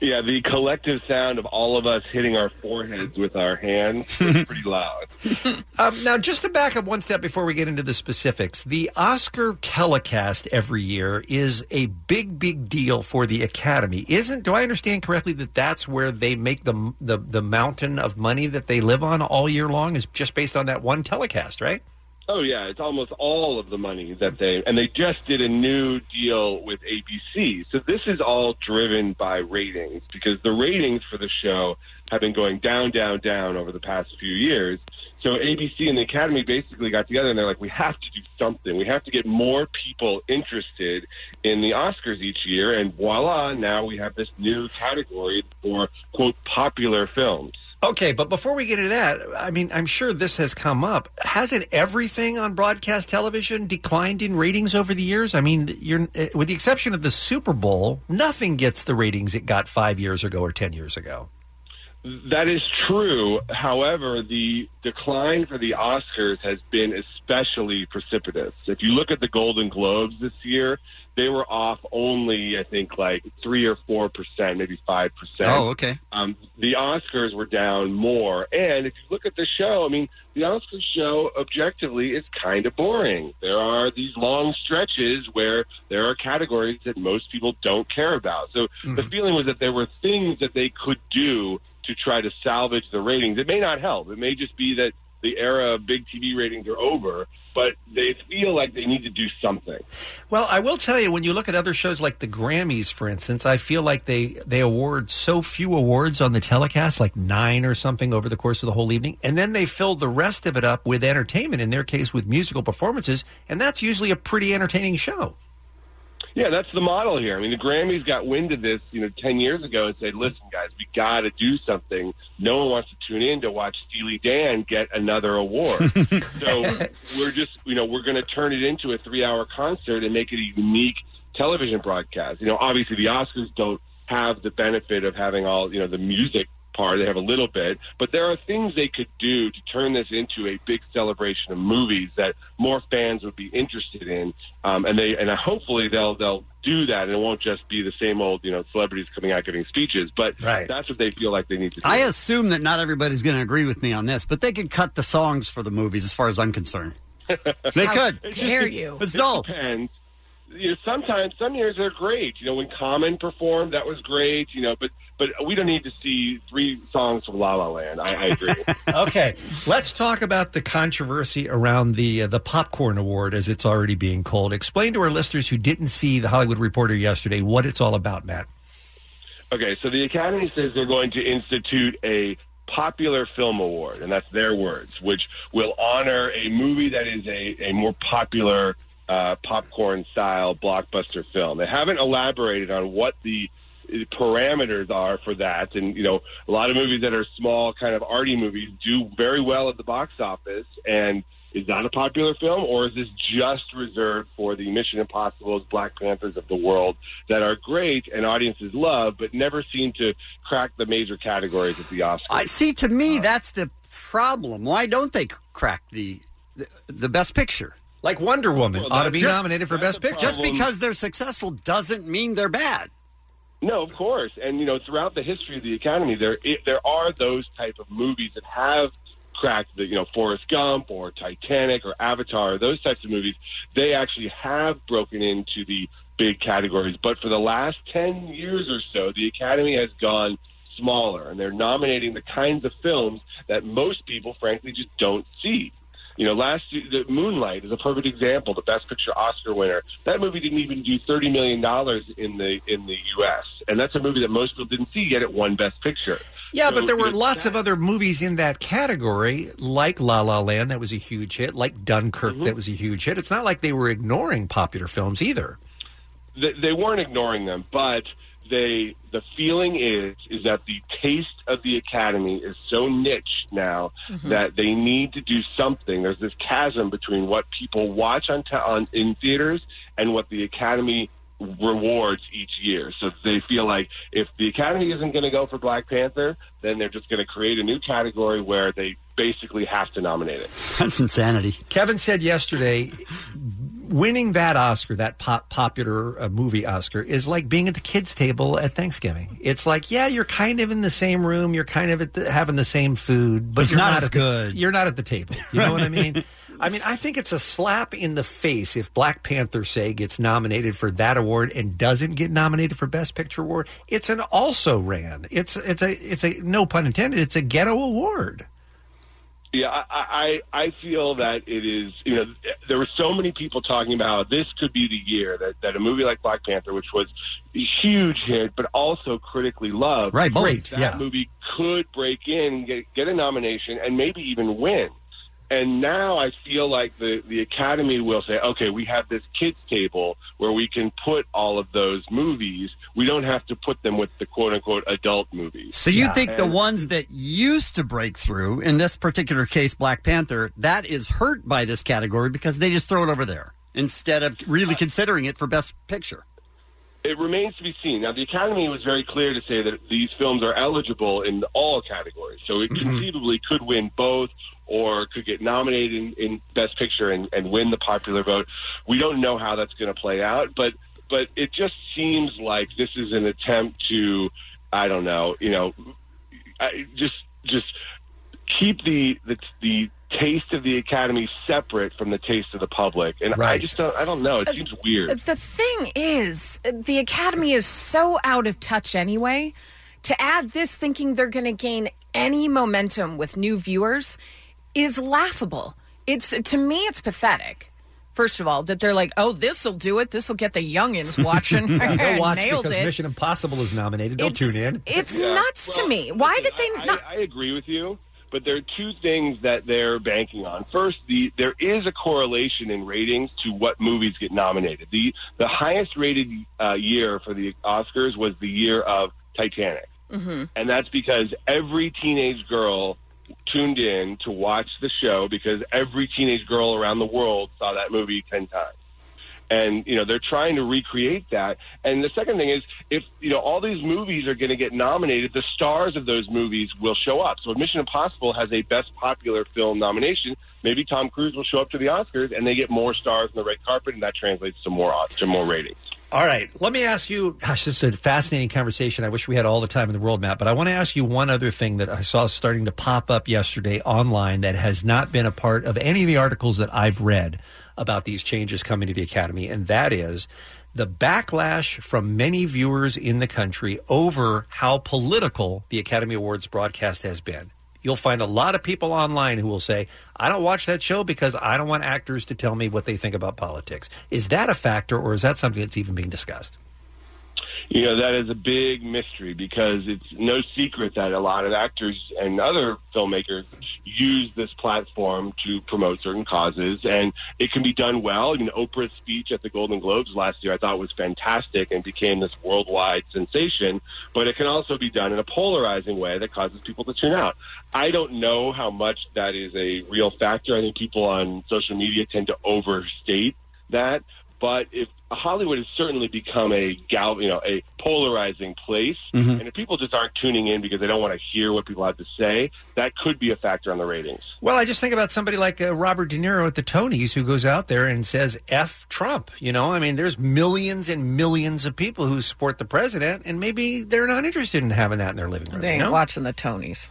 [SPEAKER 20] Yeah, the collective sound of all of us hitting our foreheads with our hands was pretty loud.
[SPEAKER 12] um, now, just to back up one step before we get into the specifics, the Oscar telecast every year is a big, big deal for the Academy. Isn't? Do I understand correctly that that's where they make the the, the mountain of money that they live on all year long is just based on that one telecast, right?
[SPEAKER 20] Oh yeah, it's almost all of the money that they and they just did a new deal with ABC. So this is all driven by ratings because the ratings for the show have been going down, down, down over the past few years. So ABC and the Academy basically got together and they're like, we have to do something. We have to get more people interested in the Oscars each year. And voila, now we have this new category for quote popular films.
[SPEAKER 12] Okay, but before we get into that, I mean, I'm sure this has come up. Hasn't everything on broadcast television declined in ratings over the years? I mean, you're, eh, with the exception of the Super Bowl, nothing gets the ratings it got five years ago or ten years ago.
[SPEAKER 20] That is true. However, the decline for the Oscars has been especially precipitous. If you look at the Golden Globes this year, they were off only, I think, like three or four percent, maybe five percent.
[SPEAKER 11] Oh, okay.
[SPEAKER 20] Um, the Oscars were down more, and if you look at the show, I mean, the Oscars show objectively is kind of boring. There are these long stretches where there are categories that most people don't care about. So the feeling was that there were things that they could do to try to salvage the ratings. It may not help. It may just be that the era of big TV ratings are over, but they feel like they need to do something.
[SPEAKER 12] Well, I will tell you, when you look at other shows like the Grammys, for instance, I feel like they they award so few awards on the telecast, like nine or something over the course of the whole evening, and then they fill the rest of it up with entertainment. In their case, with musical performances, and that's usually a pretty entertaining show.
[SPEAKER 20] Yeah, that's the model here. I mean, the Grammys got wind of this, you know, 10 years ago and said, listen, guys, we got to do something. No one wants to tune in to watch Steely Dan get another award. so we're just, you know, we're going to turn it into a three hour concert and make it a unique television broadcast. You know, obviously the Oscars don't have the benefit of having all, you know, the music part. They have a little bit, but there are things they could do to turn this into a big celebration of movies that more fans would be interested in. Um, and they and hopefully they'll they'll do that, and it won't just be the same old you know celebrities coming out giving speeches. But that's what they feel like they need to do.
[SPEAKER 11] I assume that not everybody's going to agree with me on this, but they could cut the songs for the movies, as far as I'm concerned. They could.
[SPEAKER 20] It just-
[SPEAKER 11] Dare you. It's
[SPEAKER 20] it
[SPEAKER 11] dull.
[SPEAKER 20] Depends. You know, sometimes some years they're great. You know, when Common performed, that was great. You know, but but we don't need to see three songs from La La Land. I, I agree.
[SPEAKER 12] okay, let's talk about the controversy around the uh, the popcorn award, as it's already being called. Explain to our listeners who didn't see the Hollywood Reporter yesterday what it's all about, Matt.
[SPEAKER 20] Okay, so the Academy says they're going to institute a popular film award, and that's their words, which will honor a movie that is a, a more popular uh, popcorn style blockbuster film. They haven't elaborated on what the uh, parameters are for that and you know a lot of movies that are small kind of arty movies do very well at the box office and is that a popular film or is this just reserved for the mission impossibles black panthers of the world that are great and audiences love but never seem to crack the major categories at the oscars
[SPEAKER 11] I see. To me, that's the problem. Why don't they crack the the, the best picture?
[SPEAKER 12] Like Wonder Woman
[SPEAKER 11] Well,
[SPEAKER 12] ought
[SPEAKER 11] that-
[SPEAKER 12] to be
[SPEAKER 11] just-
[SPEAKER 12] nominated for
[SPEAKER 11] that's
[SPEAKER 12] Best
[SPEAKER 11] the
[SPEAKER 12] Picture.
[SPEAKER 11] Just because they're successful doesn't mean they're bad.
[SPEAKER 20] No, of course, and you know throughout the history of the Academy, there it, there are those type of movies that have cracked the you know Forrest Gump or Titanic or Avatar, those types of movies. They actually have broken into the big categories, but for the last ten years or so, the Academy has gone smaller, and they're nominating the kinds of films that most people, frankly, just don't see. You know, last the Moonlight is a perfect example, the Best Picture Oscar winner. That movie didn't even do thirty million dollars in the in the U.S., and that's a movie that most people didn't see yet it won Best Picture.
[SPEAKER 12] Yeah,
[SPEAKER 20] So,
[SPEAKER 12] but there
[SPEAKER 20] you
[SPEAKER 12] were
[SPEAKER 20] know,
[SPEAKER 12] lots of other movies in that category, like La La Land, that was a huge hit, like Dunkirk, that was a huge hit. It's not like they were ignoring popular films either.
[SPEAKER 20] they, they weren't ignoring them, but they the feeling is is that the taste of the academy is so niche now that they need to do something. There's this chasm between what people watch on, ta- on in theaters and what the academy rewards each year. So they feel like if the Academy isn't going to go for Black Panther, then they're just going to create a new category where they basically have to nominate it.
[SPEAKER 11] That's insanity.
[SPEAKER 12] Kevin said yesterday, winning that Oscar, that pop, popular uh, movie Oscar, is like being at the kids' table at Thanksgiving. It's like, yeah, you're kind of in the same room, you're kind of at the, having the same food, but
[SPEAKER 11] It's
[SPEAKER 12] you're
[SPEAKER 11] not as
[SPEAKER 12] at the-
[SPEAKER 11] good.
[SPEAKER 12] you're not at the table. You know what I mean? I mean, I think it's a slap in the face if Black Panther say gets nominated for that award and doesn't get nominated for Best Picture award. It's an also ran. It's it's a it's a no pun intended. It's a ghetto award.
[SPEAKER 20] Yeah, I, I I feel that it is. You know, th- there were so many people talking about this could be the year that, that a movie like Black Panther, which was a huge hit but also critically loved,
[SPEAKER 11] Right, both,
[SPEAKER 20] that
[SPEAKER 11] yeah.
[SPEAKER 20] movie could break in, get, get a nomination, and maybe even win. And now I feel like the the Academy will say, okay, we have this kids table where we can put all of those movies. We don't have to put them with the quote unquote adult movies.
[SPEAKER 11] So you
[SPEAKER 20] Yeah.
[SPEAKER 11] think the
[SPEAKER 20] And-
[SPEAKER 11] ones that used to break through, in this particular case, Black Panther, that is hurt by this category because they just throw it over there instead of really considering it for Best Picture.
[SPEAKER 20] It remains to be seen. Now, the Academy was very clear to say that these films are eligible in all categories, so it conceivably could win both or could get nominated in, in Best Picture and, and win the popular vote. We don't know how that's going to play out, but but it just seems like this is an attempt to, I don't know, you know, I, just just keep the, the the taste of the Academy separate from the taste of the public, and I
[SPEAKER 12] Right.
[SPEAKER 20] just don't, I don't know. It seems Oh, weird.
[SPEAKER 14] Uh, The thing is, the Academy is so out of touch anyway. To add this thinking they're going to gain any momentum with new viewers is laughable. It's to me it's pathetic. First of all, that they're like, "Oh, this will do it. This will get the youngins watching."
[SPEAKER 12] Yeah, they'll watch
[SPEAKER 14] Nailed
[SPEAKER 12] because
[SPEAKER 14] it.
[SPEAKER 12] Mission Impossible is nominated. They'll
[SPEAKER 14] It's-
[SPEAKER 12] tune in.
[SPEAKER 14] It's nuts to me. Why did they
[SPEAKER 20] I,
[SPEAKER 14] not?
[SPEAKER 20] I agree with you, but there are two things that they're banking on. First, the there is a correlation in ratings to what movies get nominated. the The highest rated uh, year for the Oscars was the year of Titanic, and that's because every teenage girl tuned in to watch the show because every teenage girl around the world saw that movie ten times and you know they're trying to recreate that and the second thing is if you know all these movies are going to get nominated the stars of those movies will show up so if mission impossible has a best popular film nomination maybe tom cruise will show up to the oscars and they get more stars on the red carpet and that translates to more to more ratings
[SPEAKER 12] All right, let me ask you. Gosh, this is a fascinating conversation. I wish we had all the time in the world, Matt. But I want to ask you one other thing that I saw starting to pop up yesterday online that has not been a part of any of the articles that I've read about these changes coming to the academy, and that is the backlash from many viewers in the country over how political the Academy Awards broadcast has been. You'll find a lot of people online who will say, I don't watch that show because I don't want actors to tell me what they think about politics. Is that a factor or is that something that's even being discussed?
[SPEAKER 20] you know that is a big mystery because it's no secret that a lot of actors and other filmmakers use this platform to promote certain causes and it can be done well you know oprah's speech at the golden globes last year i thought was fantastic and became this worldwide sensation but it can also be done in a polarizing way that causes people to tune out i don't know how much that is a real factor i think people on social media tend to overstate that. But if Hollywood has certainly become a gal, you know, a polarizing place,
[SPEAKER 1] Mhm.
[SPEAKER 20] and if people just aren't tuning in because they don't want to hear what people have to say, that could be a factor on the ratings.
[SPEAKER 12] Well, I just think about somebody like uh, Robert De Niro at the Tonys who goes out there and says F Trump. You know, I mean, there's millions and millions of people who support the president, and maybe they're not interested in having that in their living room.
[SPEAKER 14] They
[SPEAKER 12] you
[SPEAKER 14] ain't
[SPEAKER 12] know?
[SPEAKER 14] watching the Tonys.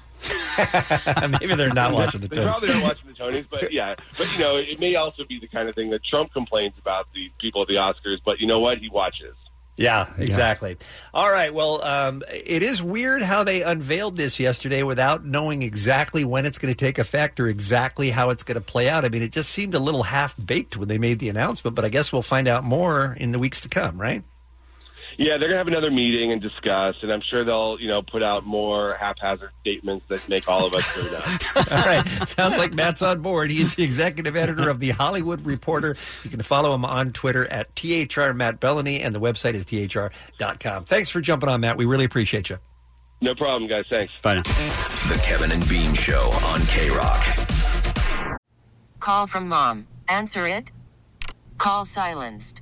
[SPEAKER 12] maybe they're not watching the
[SPEAKER 20] They
[SPEAKER 12] Tonys.
[SPEAKER 20] probably are watching the Tonys, but yeah, but you know, it may also be the kind of thing that Trump complains about the people at the Oscars. But you know what? He watches.
[SPEAKER 12] Yeah, exactly. All right. Well, um, it is weird how they unveiled this yesterday without knowing exactly when it's going to take effect or exactly how it's going to play out. I mean, it just seemed a little half baked when they made the announcement, but I guess we'll find out more in the weeks to come, right?
[SPEAKER 20] Yeah, they're gonna have another meeting and discuss, and I'm sure they'll you know put out more haphazard statements that make all of us tune out.
[SPEAKER 12] All right. Sounds like Matt's on board. He's the executive editor of The Hollywood Reporter. You can follow him on Twitter at THR Matt Bellany, and the website is THR.com. Thanks for jumping on, Matt. We really appreciate you.
[SPEAKER 20] No problem, guys. Thanks.
[SPEAKER 12] Bye now.
[SPEAKER 19] The Kevin and Bean Show on K Rock.
[SPEAKER 22] Call from mom. Answer it. Call silenced.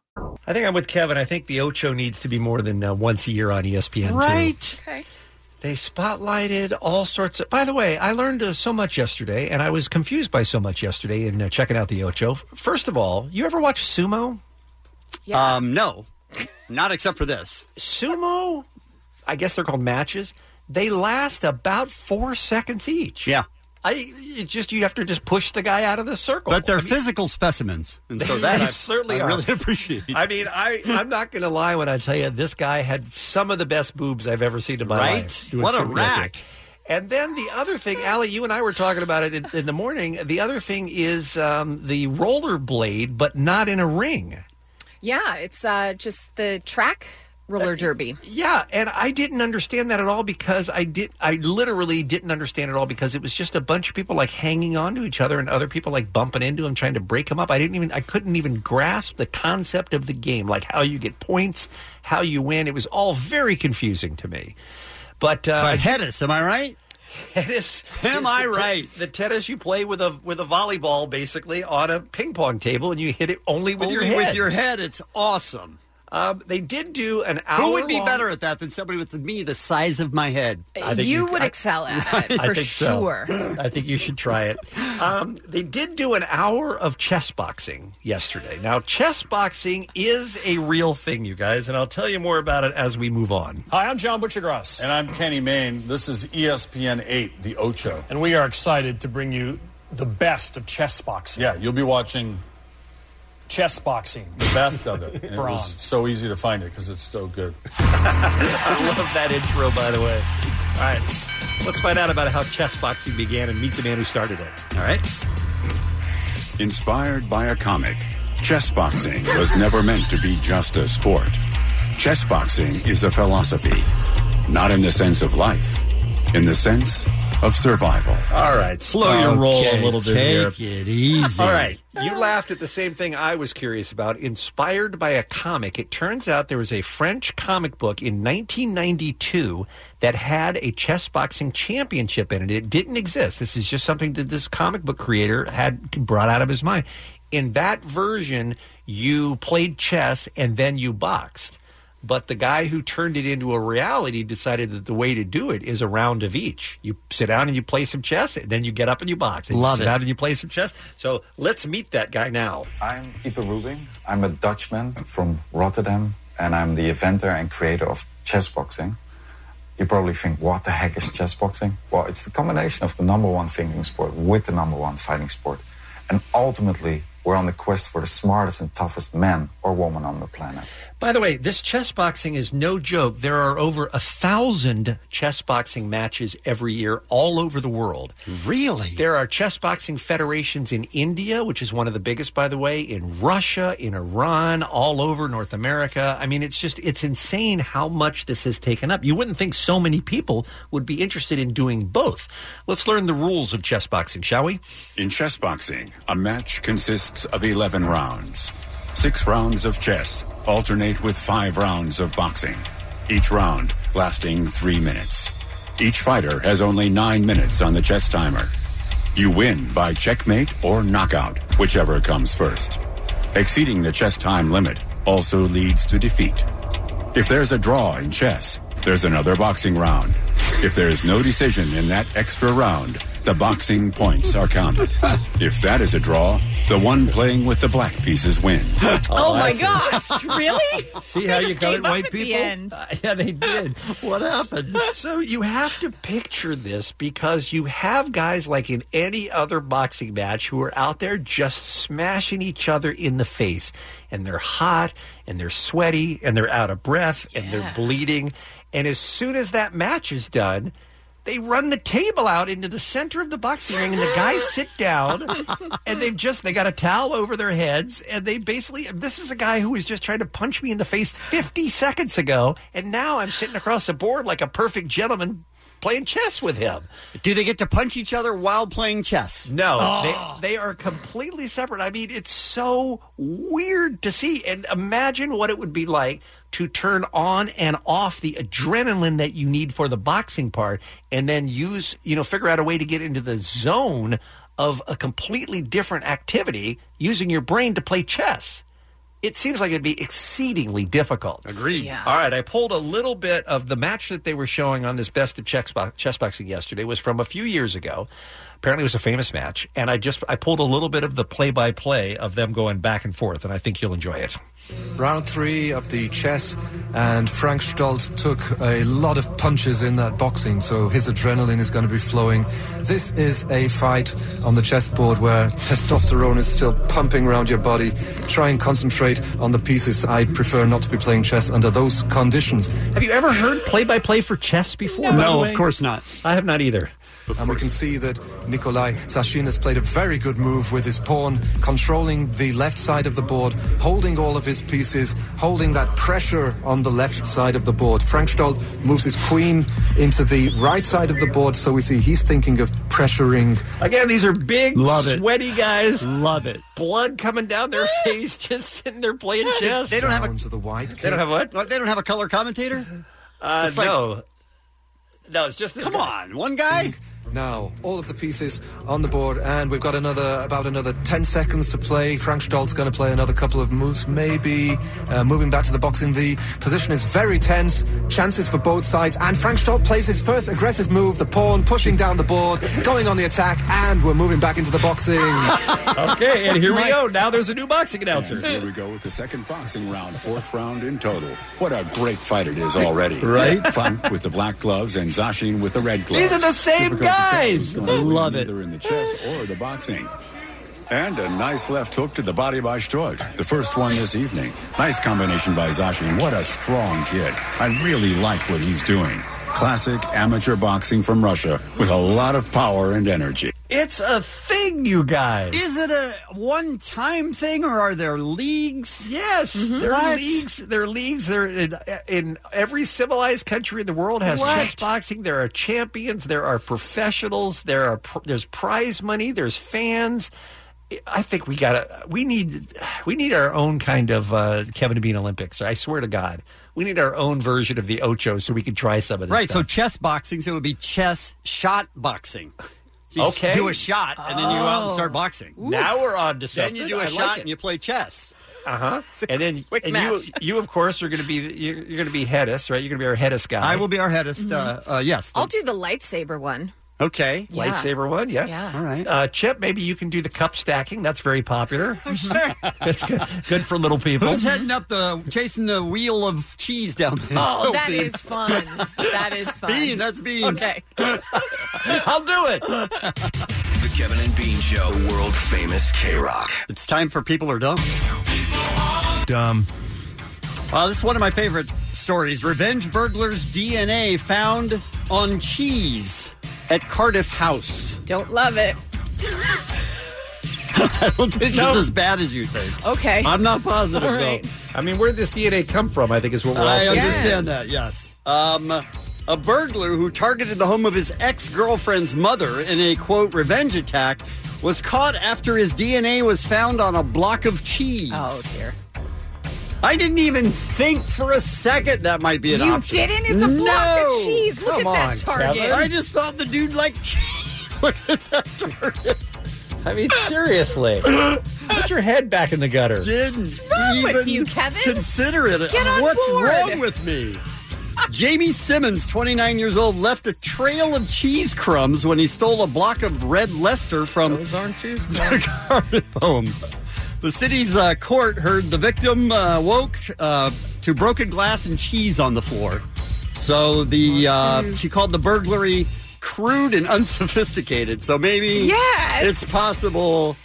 [SPEAKER 12] I think I'm with Kevin. I think the Ocho needs to be more than uh, once a year on ESPN.
[SPEAKER 21] Right.
[SPEAKER 13] Okay.
[SPEAKER 12] They spotlighted all sorts of. By the way, I learned uh, so much yesterday, and I was confused by so much yesterday in uh, checking out the Ocho. First of all, you ever watch sumo?
[SPEAKER 11] Um, no, not except for this.
[SPEAKER 12] Sumo, I guess they're called matches. They last about four seconds each.
[SPEAKER 11] Yeah.
[SPEAKER 12] I it's just you have to just push the guy out of the circle.
[SPEAKER 11] But they're
[SPEAKER 12] Oh, I mean-
[SPEAKER 11] physical specimens, and so that
[SPEAKER 12] They
[SPEAKER 11] I,
[SPEAKER 12] certainly
[SPEAKER 11] I
[SPEAKER 12] are.
[SPEAKER 11] really appreciate.
[SPEAKER 12] I mean, I I'm not going to lie when I tell you this guy had some of the best boobs I've ever seen in my
[SPEAKER 11] Right?
[SPEAKER 12] life. doing
[SPEAKER 11] What a
[SPEAKER 12] something
[SPEAKER 11] rack.
[SPEAKER 12] like that. And then the other thing, Allie, you and I were talking about it in, in the morning. The other thing is um, the roller blade, but not in a ring.
[SPEAKER 14] Yeah, it's uh, just the track
[SPEAKER 12] Uh,
[SPEAKER 14] roller derby.
[SPEAKER 12] Yeah, and I didn't understand that at all because I did. I literally didn't understand it all because it was just a bunch of people like hanging on to each other and other people like bumping into them, trying to break them up. I didn't even. I couldn't even grasp the concept of the game, like how you get points, how you win. It was all very confusing to me. But uh,
[SPEAKER 11] But Hedis, am I right?
[SPEAKER 12] Hedis,
[SPEAKER 11] Am
[SPEAKER 12] is
[SPEAKER 11] I
[SPEAKER 12] the te-
[SPEAKER 11] right?
[SPEAKER 12] the tennis you play with a with a volleyball, basically on a ping pong table, and you hit it only with your
[SPEAKER 11] Only
[SPEAKER 12] head.
[SPEAKER 11] with your head. It's awesome.
[SPEAKER 12] Um, they did do an hour.
[SPEAKER 11] Who would be
[SPEAKER 12] long-
[SPEAKER 11] better at that than somebody with me the size of my head?
[SPEAKER 12] I think
[SPEAKER 14] you,
[SPEAKER 12] you-
[SPEAKER 14] would
[SPEAKER 12] I-
[SPEAKER 14] excel at it
[SPEAKER 12] I
[SPEAKER 14] for
[SPEAKER 12] think so.
[SPEAKER 14] sure.
[SPEAKER 12] I think you should try it. Um, they did do an hour of chess boxing yesterday. Now, chess boxing is a real thing, you guys, and I'll tell you more about it as we move on.
[SPEAKER 23] Hi, I'm John Butchergrass. And I'm Kenny Mayne. This is E ESPN 8, The Ocho. And we are excited to bring you the best of chess boxing. Yeah, you'll be watching chess boxing. The best of it. And it
[SPEAKER 12] Braun.
[SPEAKER 23] was so easy to find it because it's so good.
[SPEAKER 12] I love that intro, by the way. All right, let's find out about how chess boxing began and meet the man who started it. All right.
[SPEAKER 19] Inspired by a comic, chess boxing was never meant to be just a sport. Chess boxing is a philosophy, not in the sense of life, in the sense of survival.
[SPEAKER 12] All right, slow your roll a little bit here.
[SPEAKER 11] it easy.
[SPEAKER 12] All right. You laughed at the same thing I was curious about. Inspired by a comic, it turns out there was a French comic book in 1992 that had a chess boxing championship in it. It didn't exist. This is just something that this comic book creator had brought out of his mind. In that version, you played chess and then you boxed. But the guy who turned it into a reality decided that the way to do it is a round of each. You sit down and you play some chess, and then you get up and you box. And
[SPEAKER 24] Love
[SPEAKER 12] you sit
[SPEAKER 24] it.
[SPEAKER 12] down and you play some chess. So let's meet that guy now.
[SPEAKER 24] I'm Ipe Rubing. I'm a Dutchman from Rotterdam, and I'm the inventor and creator of chess boxing. You probably think, what the heck is chess boxing? Well, it's the combination of the number one thinking sport with the number one fighting sport. And ultimately, we're on the quest for the smartest and toughest man or woman on the planet.
[SPEAKER 12] By the way, this chess boxing is no joke. There are over a thousand chess boxing matches every year all over the world.
[SPEAKER 11] Really?
[SPEAKER 12] There are chess boxing federations in India, which is one of the biggest, by the way, in Russia, in Iran, all over North America. I mean, it's just, it's insane how much this has taken up. You wouldn't think so many people would be interested in doing both. Let's learn the rules of chess boxing, shall we?
[SPEAKER 19] In chess boxing, a match consists of 11 rounds. Six rounds of chess alternate with five rounds of boxing, each round lasting three minutes. Each fighter has only nine minutes on the chess timer. You win by checkmate or knockout, whichever comes first. Exceeding the chess time limit also leads to defeat. If there's a draw in chess, there's another boxing round. If there's no decision in that extra round, the boxing points are counted. If that is a draw, the one playing with the black pieces wins.
[SPEAKER 14] Oh, my gosh! Really?
[SPEAKER 11] See
[SPEAKER 14] They just gave up at The end.
[SPEAKER 12] yeah, they did. What happened? So you have to picture this because you have guys like in any other boxing match who are out there just smashing each other in the face, and they're hot, and they're sweaty, and they're out of breath, and they're
[SPEAKER 2] Yeah.
[SPEAKER 12] bleeding. And as soon as that match is done, they run the table out into the center of the boxing ring, and the guys sit down, and they've just they got a towel over their heads, and they basically this is a guy who was just trying to punch me in the face fifty seconds ago, and now I'm sitting across the board like a perfect gentleman playing chess with him.
[SPEAKER 11] Do they get to punch each other while playing chess?
[SPEAKER 12] No,
[SPEAKER 11] Oh.
[SPEAKER 12] they, they are completely separate. I mean, it's so weird to see. And imagine what it would be like to turn on and off the adrenaline that you need for the boxing part and then use, you know, figure out a way to get into the zone of a completely different activity using your brain to play chess. It seems like it'd be exceedingly difficult.
[SPEAKER 11] Agreed.
[SPEAKER 12] All right, I pulled a little bit of the match that they were showing on this best of chess, bo- chess boxing yesterday was from a few years ago. Apparently, it was a famous match, and I just I pulled a little bit of the play by play of them going back and forth, and I think you'll enjoy it.
[SPEAKER 3] Round three of the chess, and Frank Stolz took a lot of punches in that boxing, so his adrenaline is going to be flowing. This is a fight on the chessboard where testosterone is still pumping around your body. Try and concentrate on the pieces. I prefer not to be playing chess under those conditions.
[SPEAKER 12] Have you ever heard play by play for chess before? by the way?
[SPEAKER 3] not.
[SPEAKER 12] I have not either.
[SPEAKER 3] and we can see that Nikolai Sashin has played a very good move with his pawn, controlling the left side of the board, holding all of his pieces, holding that pressure on the left side of the board. Frank Stoll moves his queen into the right side of the board, so we see he's thinking of pressuring.
[SPEAKER 12] Again, these are big,
[SPEAKER 3] Love it.
[SPEAKER 12] sweaty guys.
[SPEAKER 3] Love it.
[SPEAKER 12] Blood coming down their face, just sitting there playing chess.
[SPEAKER 11] They don't have a.
[SPEAKER 3] To the white.
[SPEAKER 11] They don't have what? They don't have a color commentator.
[SPEAKER 12] Uh,
[SPEAKER 11] It's like-
[SPEAKER 12] no. No, it's just this
[SPEAKER 11] Come on, one guy.
[SPEAKER 3] Now, all of the pieces on the board, and we've got another about another 10 seconds to play. Frank Stoll's going to play another couple of moves, maybe uh, moving back to the boxing. The position is very tense, chances for both sides, and Frank Stoll plays his first aggressive move the pawn, pushing down the board, going on the attack, and we're moving back into the boxing.
[SPEAKER 12] okay, and here we go. Oh, Now there's a new boxing announcer.
[SPEAKER 19] And here we go with the second boxing round, fourth round in total. What a great fight it is already.
[SPEAKER 3] Right?
[SPEAKER 19] Funk with the black gloves and Zashin with the red gloves.
[SPEAKER 12] These are the same
[SPEAKER 19] Difficult to tell
[SPEAKER 12] guys.
[SPEAKER 19] who's gonna
[SPEAKER 12] I
[SPEAKER 19] win,
[SPEAKER 12] love it.
[SPEAKER 19] Either in the chess or the boxing. And a nice left hook to the body by Stort, the first one this evening. Nice combination by Zashin. What a strong kid. I really like what he's doing. Classic amateur boxing from Russia with a lot of power and energy.
[SPEAKER 12] It's a thing, you guys.
[SPEAKER 11] Is it a one-time thing, or are there leagues? Mm-hmm.
[SPEAKER 12] Yes, There are leagues. There are leagues. There in, in every civilized country in the world has
[SPEAKER 11] What?
[SPEAKER 12] chess boxing. There are champions. There are professionals. There are pr- there's prize money. There's fans. I think we gotta we need we need our own kind of uh, Kevin Bean Olympics. I swear to God, we need our own version of the Ocho so we can try some of this.
[SPEAKER 11] Right, so
[SPEAKER 12] stuff.
[SPEAKER 11] chess boxing, so it would be chess shot boxing. So you s-
[SPEAKER 12] Okay.
[SPEAKER 11] do a shot, and then you go out and start
[SPEAKER 12] Oh.
[SPEAKER 11] boxing.
[SPEAKER 12] Now we're on to something.
[SPEAKER 11] Then you do
[SPEAKER 12] a
[SPEAKER 11] a shot and you play chess.
[SPEAKER 12] Uh huh. And then
[SPEAKER 11] quick
[SPEAKER 12] and
[SPEAKER 11] match.
[SPEAKER 12] you, you of course are going to be you're, you're going to be Hedis, right? You're going to be our Hedis guy.
[SPEAKER 11] I will be our headest. Uh, uh, yes.
[SPEAKER 14] I'll do the lightsaber one.
[SPEAKER 11] Okay.
[SPEAKER 14] Yeah.
[SPEAKER 12] Lightsaber one, yeah.
[SPEAKER 14] Yeah.
[SPEAKER 11] All right.
[SPEAKER 12] Uh, Chip, maybe you can do the cup stacking. That's very popular.
[SPEAKER 14] Oh,
[SPEAKER 12] sure. That's good, good for little people.
[SPEAKER 11] Who's heading up the chasing the wheel of cheese down there?
[SPEAKER 14] Oh, that is fun. That is fun.
[SPEAKER 11] Bean, that's Bean.
[SPEAKER 14] Okay.
[SPEAKER 12] I'll do it.
[SPEAKER 4] The Kevin and Bean Show, world famous K Rock.
[SPEAKER 11] It's time for People Are Dumb. Dumb. Uh, this is one of my favorite stories. Revenge burglar's DNA found on cheese at Cardiff House.
[SPEAKER 14] Don't love it.
[SPEAKER 11] I don't think
[SPEAKER 14] No.
[SPEAKER 12] Oh.
[SPEAKER 11] it's as bad as you think.
[SPEAKER 14] Okay.
[SPEAKER 11] I'm not positive,
[SPEAKER 14] All right.
[SPEAKER 11] though.
[SPEAKER 12] I mean, where did this DNA come from? I think is what we're all
[SPEAKER 11] I
[SPEAKER 12] thinking.
[SPEAKER 11] understand that, yes. Um, a burglar who targeted the home of his ex girlfriend's mother in a quote revenge attack was caught after his DNA was found on a block of cheese.
[SPEAKER 14] Oh dear.
[SPEAKER 11] I didn't even think for a second that might be an
[SPEAKER 14] You
[SPEAKER 11] option.
[SPEAKER 14] didn't? It's a block of
[SPEAKER 11] No!
[SPEAKER 14] cheese. Look
[SPEAKER 11] Come
[SPEAKER 14] at that
[SPEAKER 11] on,
[SPEAKER 14] target.
[SPEAKER 11] Kevin. I just thought the dude liked cheese. Look at that target.
[SPEAKER 12] I mean, seriously. Put your head back in the gutter.
[SPEAKER 11] Didn't
[SPEAKER 14] wrong with
[SPEAKER 11] even
[SPEAKER 14] you, Kevin?
[SPEAKER 11] consider it.
[SPEAKER 14] Get on
[SPEAKER 11] What's
[SPEAKER 14] board.
[SPEAKER 11] wrong with me? Jamie Simmons, 29 years old, left a trail of cheese crumbs when he stole a block of red Leicester from Those aren't cheese crumbs. Cardiff home. The city's uh, court heard the victim uh, woke uh, to broken glass and cheese on the floor. So the uh, she called the burglary crude and unsophisticated. So maybe
[SPEAKER 14] Yes.
[SPEAKER 11] it's possible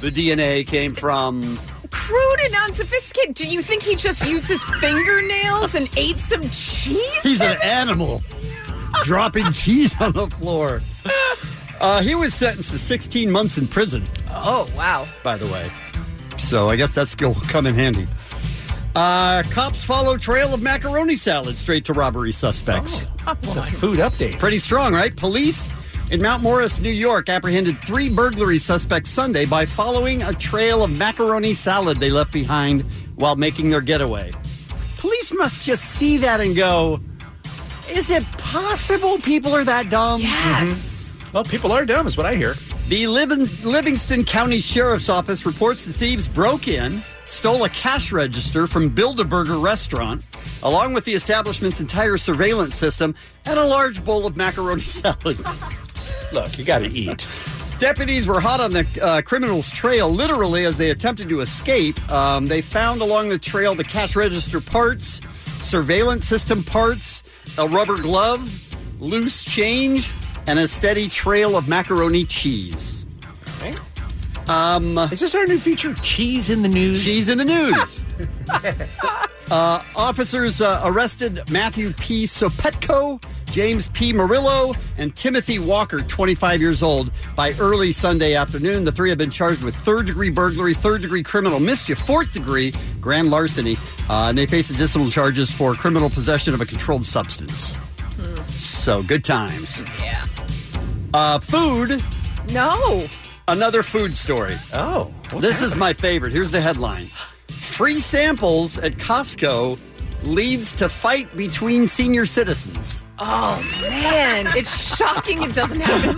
[SPEAKER 11] the DNA came from
[SPEAKER 14] Crude and unsophisticated. Do you think he just used his fingernails and ate some cheese?
[SPEAKER 11] He's an animal. Dropping cheese on the floor. Uh, he was sentenced to 16 months in prison,
[SPEAKER 14] Oh wow!
[SPEAKER 11] by the way. So I guess that skill will come in handy. Uh, cops follow trail of macaroni salad straight to robbery suspects.
[SPEAKER 14] It's
[SPEAKER 11] a food update. Pretty strong, right? Police in Mount Morris, New York, apprehended three burglary suspects Sunday by following a trail of macaroni salad they left behind while making their getaway. Police must just see that and go, is it possible people are that dumb? Yes. Mm-hmm. Well, people are dumb, is what I hear. The Livin- Livingston County Sheriff's Office reports the thieves broke in, stole a cash register from Bilderberger Restaurant, along with the establishment's entire surveillance system, and a large bowl of macaroni salad. Look, you got to eat. Deputies were hot on the uh, criminals' trail, literally, as they attempted to escape. Um, they found along the trail the cash register parts, surveillance system parts, a rubber glove, loose change, and a steady trail of macaroni cheese. Um, Is this our new feature, Cheese in the News? Cheese in the News. Uh, officers uh, arrested Matthew P. Sopetko, James P. Murillo, and Timothy Walker, 25 years old, by early Sunday afternoon. The three have been charged with third degree burglary, third degree criminal mischief, fourth degree grand larceny, uh, and they face additional charges for criminal possession of a controlled substance. So good times. Yeah. Uh, food. No. Another food story. Oh. This is my favorite. Here's the headline Free samples at Costco leads to fight between senior citizens.
[SPEAKER 14] Oh man, it's shocking it doesn't happen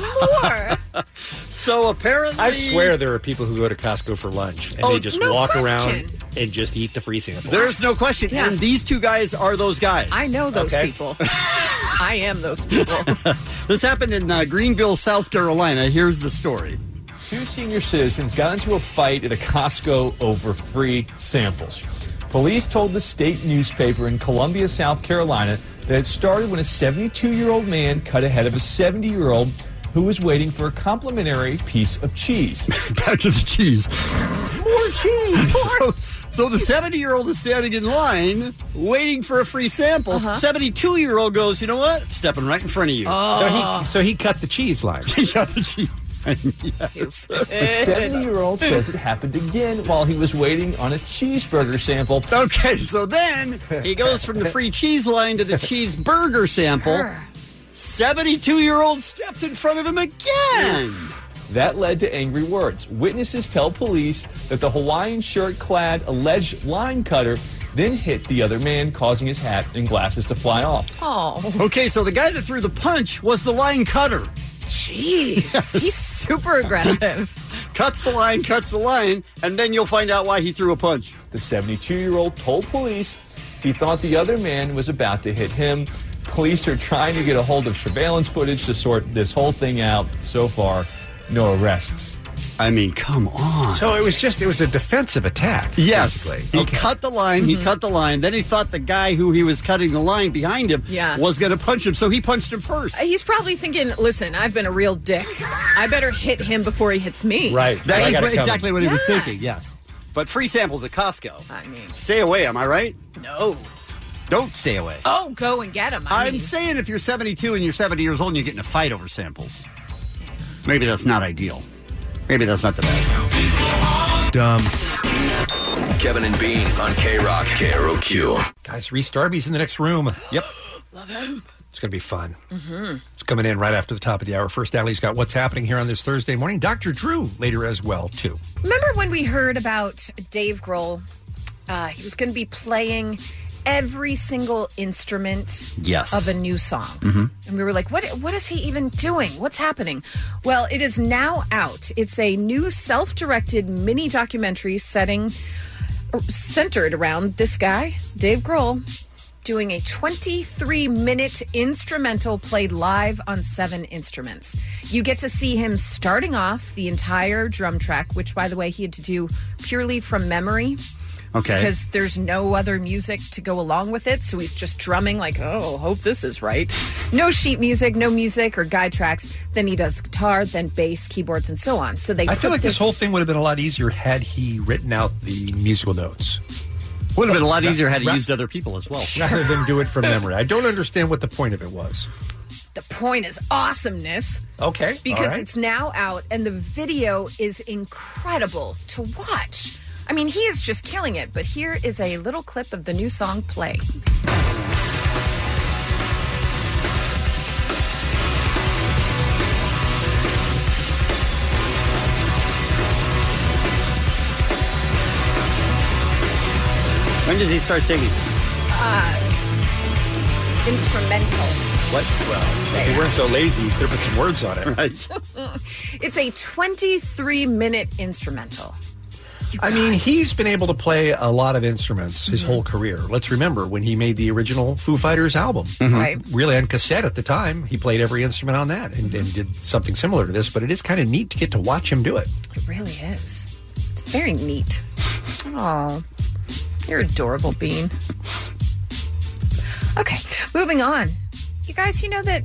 [SPEAKER 14] more.
[SPEAKER 11] So apparently.
[SPEAKER 12] I swear there are people who go to Costco for lunch and
[SPEAKER 11] Oh,
[SPEAKER 12] they just
[SPEAKER 11] no
[SPEAKER 12] walk
[SPEAKER 11] question.
[SPEAKER 12] around and just eat the free sample.
[SPEAKER 11] There's no question.
[SPEAKER 14] Yeah.
[SPEAKER 11] And these two guys are those guys.
[SPEAKER 14] I know those
[SPEAKER 11] Okay.
[SPEAKER 14] people. I am those people.
[SPEAKER 11] This happened in uh, Greenville, South Carolina. Here's the story.
[SPEAKER 2] Two senior citizens got into a fight at a Costco over free samples. Police told the state newspaper in Columbia, South Carolina, that it started when a 72 year old man cut ahead of a 70 year old who was waiting for a complimentary piece of cheese.
[SPEAKER 11] Back to the cheese. More cheese. so, so the 70 year old is standing in line waiting for a free sample. 72 year old goes, you know what? I'm stepping right in front of you.
[SPEAKER 12] So he-
[SPEAKER 11] so he cut the cheese line. he cut the cheese. yes.
[SPEAKER 2] The 70 year old says it happened again while he was waiting on a cheeseburger sample.
[SPEAKER 11] Okay, so then he goes from the free cheese line to the cheeseburger sample. 72 year old stepped in front of him again.
[SPEAKER 2] That led to angry words. Witnesses tell police that the Hawaiian shirt clad alleged line cutter then hit the other man, causing his hat and glasses to fly off.
[SPEAKER 14] Oh.
[SPEAKER 2] Okay,
[SPEAKER 11] so the guy that threw the punch was the line cutter.
[SPEAKER 14] Jeez, he's super aggressive.
[SPEAKER 11] cuts the line, cuts the line, and then you'll find out why he threw a punch.
[SPEAKER 2] The 72 year old told police he thought the other man was about to hit him. Police are trying to get a hold of surveillance footage to sort this whole thing out. So far, no arrests.
[SPEAKER 11] I mean, come on.
[SPEAKER 12] So it was just it was a defensive attack.
[SPEAKER 11] Yes.
[SPEAKER 12] basically.
[SPEAKER 11] He cut the line,
[SPEAKER 14] Mm-hmm.
[SPEAKER 11] he cut the line, then he thought the guy who he was cutting the line behind him
[SPEAKER 14] Yeah.
[SPEAKER 11] was going to punch him, so he punched him first.
[SPEAKER 14] He's probably thinking, "Listen, I've been a real dick. I better hit him before he hits me."
[SPEAKER 11] That is what- exactly what he was thinking, yes. But free samples at Costco. I mean, stay away, am I right?
[SPEAKER 14] No.
[SPEAKER 11] Don't stay away.
[SPEAKER 14] Oh, go and get him. I
[SPEAKER 11] I'm
[SPEAKER 14] mean,
[SPEAKER 11] saying if you're 72 and you're 70 years old and you're getting a fight over samples, maybe that's not ideal. Maybe that's not the best.
[SPEAKER 12] Dumb.
[SPEAKER 4] Kevin and Bean on K Rock KROQ.
[SPEAKER 12] Guys, Reese Darby's in the next room. Yep.
[SPEAKER 14] love him.
[SPEAKER 12] It's going to be fun.
[SPEAKER 14] Mm-hmm.
[SPEAKER 12] It's coming in right after the top of the hour. First, Allie's got what's happening here on this Thursday morning. Dr. Drew later as well, too.
[SPEAKER 14] Remember when we heard about Dave Grohl? Uh, he was going to be playing every single instrument
[SPEAKER 11] Yes.
[SPEAKER 14] of a new song.
[SPEAKER 5] Mm-hmm.
[SPEAKER 14] And we were like, what, what is he even doing? What's happening? Well, it is now out. It's a new self directed mini uh, documentary setting centered around this guy, Dave Grohl, doing a 23 minute instrumental played live on seven instruments. You get to see him starting off the entire drum track, which, by the way, he had to do purely from memory.
[SPEAKER 11] Okay.
[SPEAKER 14] Because there's no other music to go along with it. So he's just drumming, like, oh, hope this is right. No sheet music, no music or guide tracks. Then he does guitar, then bass, keyboards, and so on. So they
[SPEAKER 12] I
[SPEAKER 14] put
[SPEAKER 12] feel like this whole thing would have been a lot easier had he written out the musical notes.
[SPEAKER 11] Would have been a lot
[SPEAKER 12] Ra-
[SPEAKER 11] easier had he
[SPEAKER 12] ra-
[SPEAKER 11] used other people as well.
[SPEAKER 12] rather than do it from memory. I don't understand what the point of it was.
[SPEAKER 14] the point is awesomeness.
[SPEAKER 12] Okay, all
[SPEAKER 14] Because
[SPEAKER 12] right.
[SPEAKER 14] it's now out and the video is incredible to watch. I mean, he is just killing it, but here is a little clip of the new song Play.
[SPEAKER 11] When does he start singing?
[SPEAKER 14] Uh, instrumental.
[SPEAKER 12] What? Well, if they weren't so lazy, you could have put some words on it. Right.
[SPEAKER 14] it's a 23 minute instrumental.
[SPEAKER 12] I mean, he's been able to play a lot of instruments his whole career. Let's remember when he made the original Foo Fighters album,
[SPEAKER 14] Right.
[SPEAKER 12] really on cassette at the time, he played every instrument on that and, and did something similar to this. But it is kind of neat to get to watch him do it.
[SPEAKER 14] It really is. It's very neat. Oh, you're adorable, Bean. Okay, moving on. You guys, you know that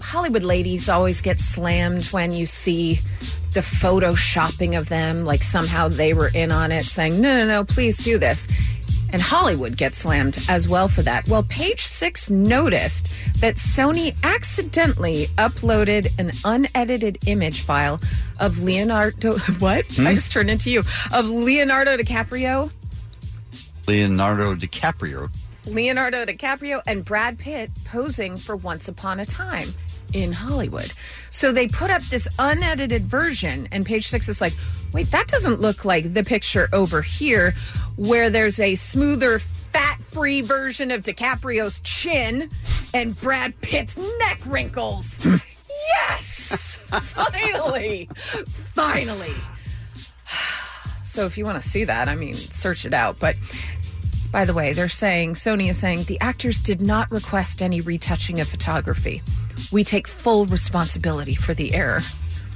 [SPEAKER 14] Hollywood ladies always get slammed when you see the photoshopping of them, like somehow they were in on it, saying, no, no, no, please do this. And Hollywood gets slammed as well for that. Well, page six noticed that Sony accidentally uploaded an unedited image file of Leonardo. What? I just turned into you. Of Leonardo DiCaprio
[SPEAKER 11] Leonardo DiCaprio.
[SPEAKER 14] Leonardo DiCaprio and Brad Pitt posing for Once Upon a Time in Hollywood. So they put up this unedited version, and page six is like, wait, that doesn't look like the picture over here where there's a smoother, fat free version of DiCaprio's chin and Brad Pitt's neck wrinkles. yes! Finally! Finally! So if you want to see that, I mean, search it out. But by the way, they're saying, Sony is saying, the actors did not request any retouching of photography. We take full responsibility for the error.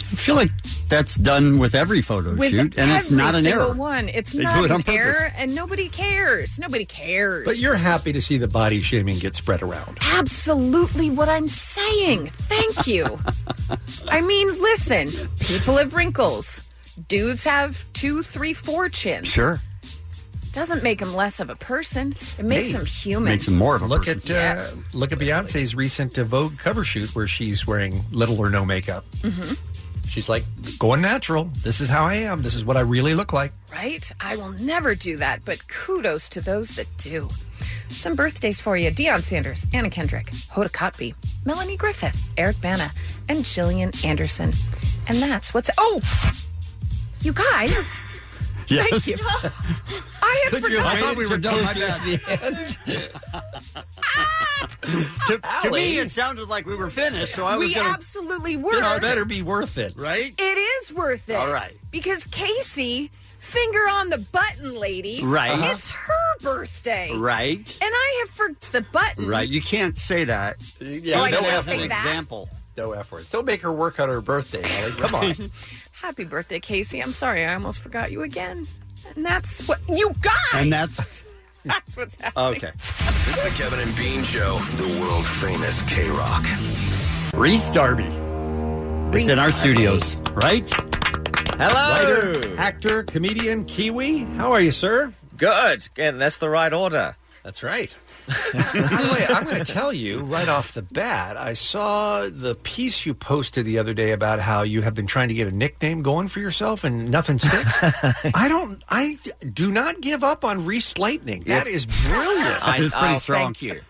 [SPEAKER 11] I feel like that's done with every photo
[SPEAKER 14] With
[SPEAKER 11] Oh, shoot, and it's
[SPEAKER 14] every
[SPEAKER 11] not an
[SPEAKER 14] single
[SPEAKER 11] error.
[SPEAKER 14] One. It's
[SPEAKER 11] They
[SPEAKER 14] not
[SPEAKER 11] do it on
[SPEAKER 14] an
[SPEAKER 11] purpose.
[SPEAKER 14] error, and nobody cares. Nobody cares.
[SPEAKER 12] But you're happy to see the body shaming get spread around.
[SPEAKER 14] absolutely what I'm saying. Thank you. I mean, listen, people have wrinkles. Dudes have two, three, four chins.
[SPEAKER 11] Sure.
[SPEAKER 14] Doesn't make them less of a person. It makes
[SPEAKER 12] Hey,
[SPEAKER 14] them human.
[SPEAKER 12] look At, uh, Look at Beyonce's recent uh, Vogue cover shoot where she's wearing little or no makeup.
[SPEAKER 14] hmm
[SPEAKER 12] She's like, going natural. This is how I am. This is what I really look like.
[SPEAKER 14] Right? I will never do that, but kudos to those that do. Some birthdays for you Deion Sanders, Anna Kendrick, Hoda Kotb, Melanie Griffith, Eric Bana, and Jillian Anderson. And that's what's. Oh! You guys! Thank you. I had forgotten.
[SPEAKER 11] to, to
[SPEAKER 14] Allie.
[SPEAKER 11] me, it sounded like we were finished, so I was
[SPEAKER 14] we
[SPEAKER 11] going
[SPEAKER 14] absolutely were.
[SPEAKER 12] be worth it,
[SPEAKER 11] right?
[SPEAKER 14] It is worth it.
[SPEAKER 11] All right.
[SPEAKER 14] Because Casey, finger on the button lady.
[SPEAKER 11] Right. Uh-huh.
[SPEAKER 14] It's her birthday.
[SPEAKER 11] Right.
[SPEAKER 14] And I have forgot the button.
[SPEAKER 11] Right. You can't say that.
[SPEAKER 14] Mm-hmm. Oh,
[SPEAKER 11] Yeah,
[SPEAKER 14] I
[SPEAKER 11] that
[SPEAKER 14] can't
[SPEAKER 11] was
[SPEAKER 14] say
[SPEAKER 11] an
[SPEAKER 14] that?
[SPEAKER 11] example.
[SPEAKER 12] No effort. Don't make her work on her birthday. Ellie. Come on.
[SPEAKER 14] Happy birthday, Casey. I'm sorry, I almost forgot you again. And that's what you got.
[SPEAKER 11] And that's
[SPEAKER 14] That's what's happening.
[SPEAKER 11] okay.
[SPEAKER 4] It's the Kevin and Bean Show, the world famous K Rock.
[SPEAKER 11] Reese Darby. It's in our
[SPEAKER 12] Reese Darby.
[SPEAKER 11] studios, right? Hello.
[SPEAKER 12] Writer, actor, comedian, Kiwi. How are you, sir?
[SPEAKER 5] Good. And that's the right order.
[SPEAKER 12] That's right. By the way, I'm going to tell you right off the bat. I saw the piece you posted the other day about how you have been trying to get a nickname going for yourself and nothing sticks. I don't. I do not give up on Reese Lightning. That is brilliant.
[SPEAKER 5] I- oh, Thank you.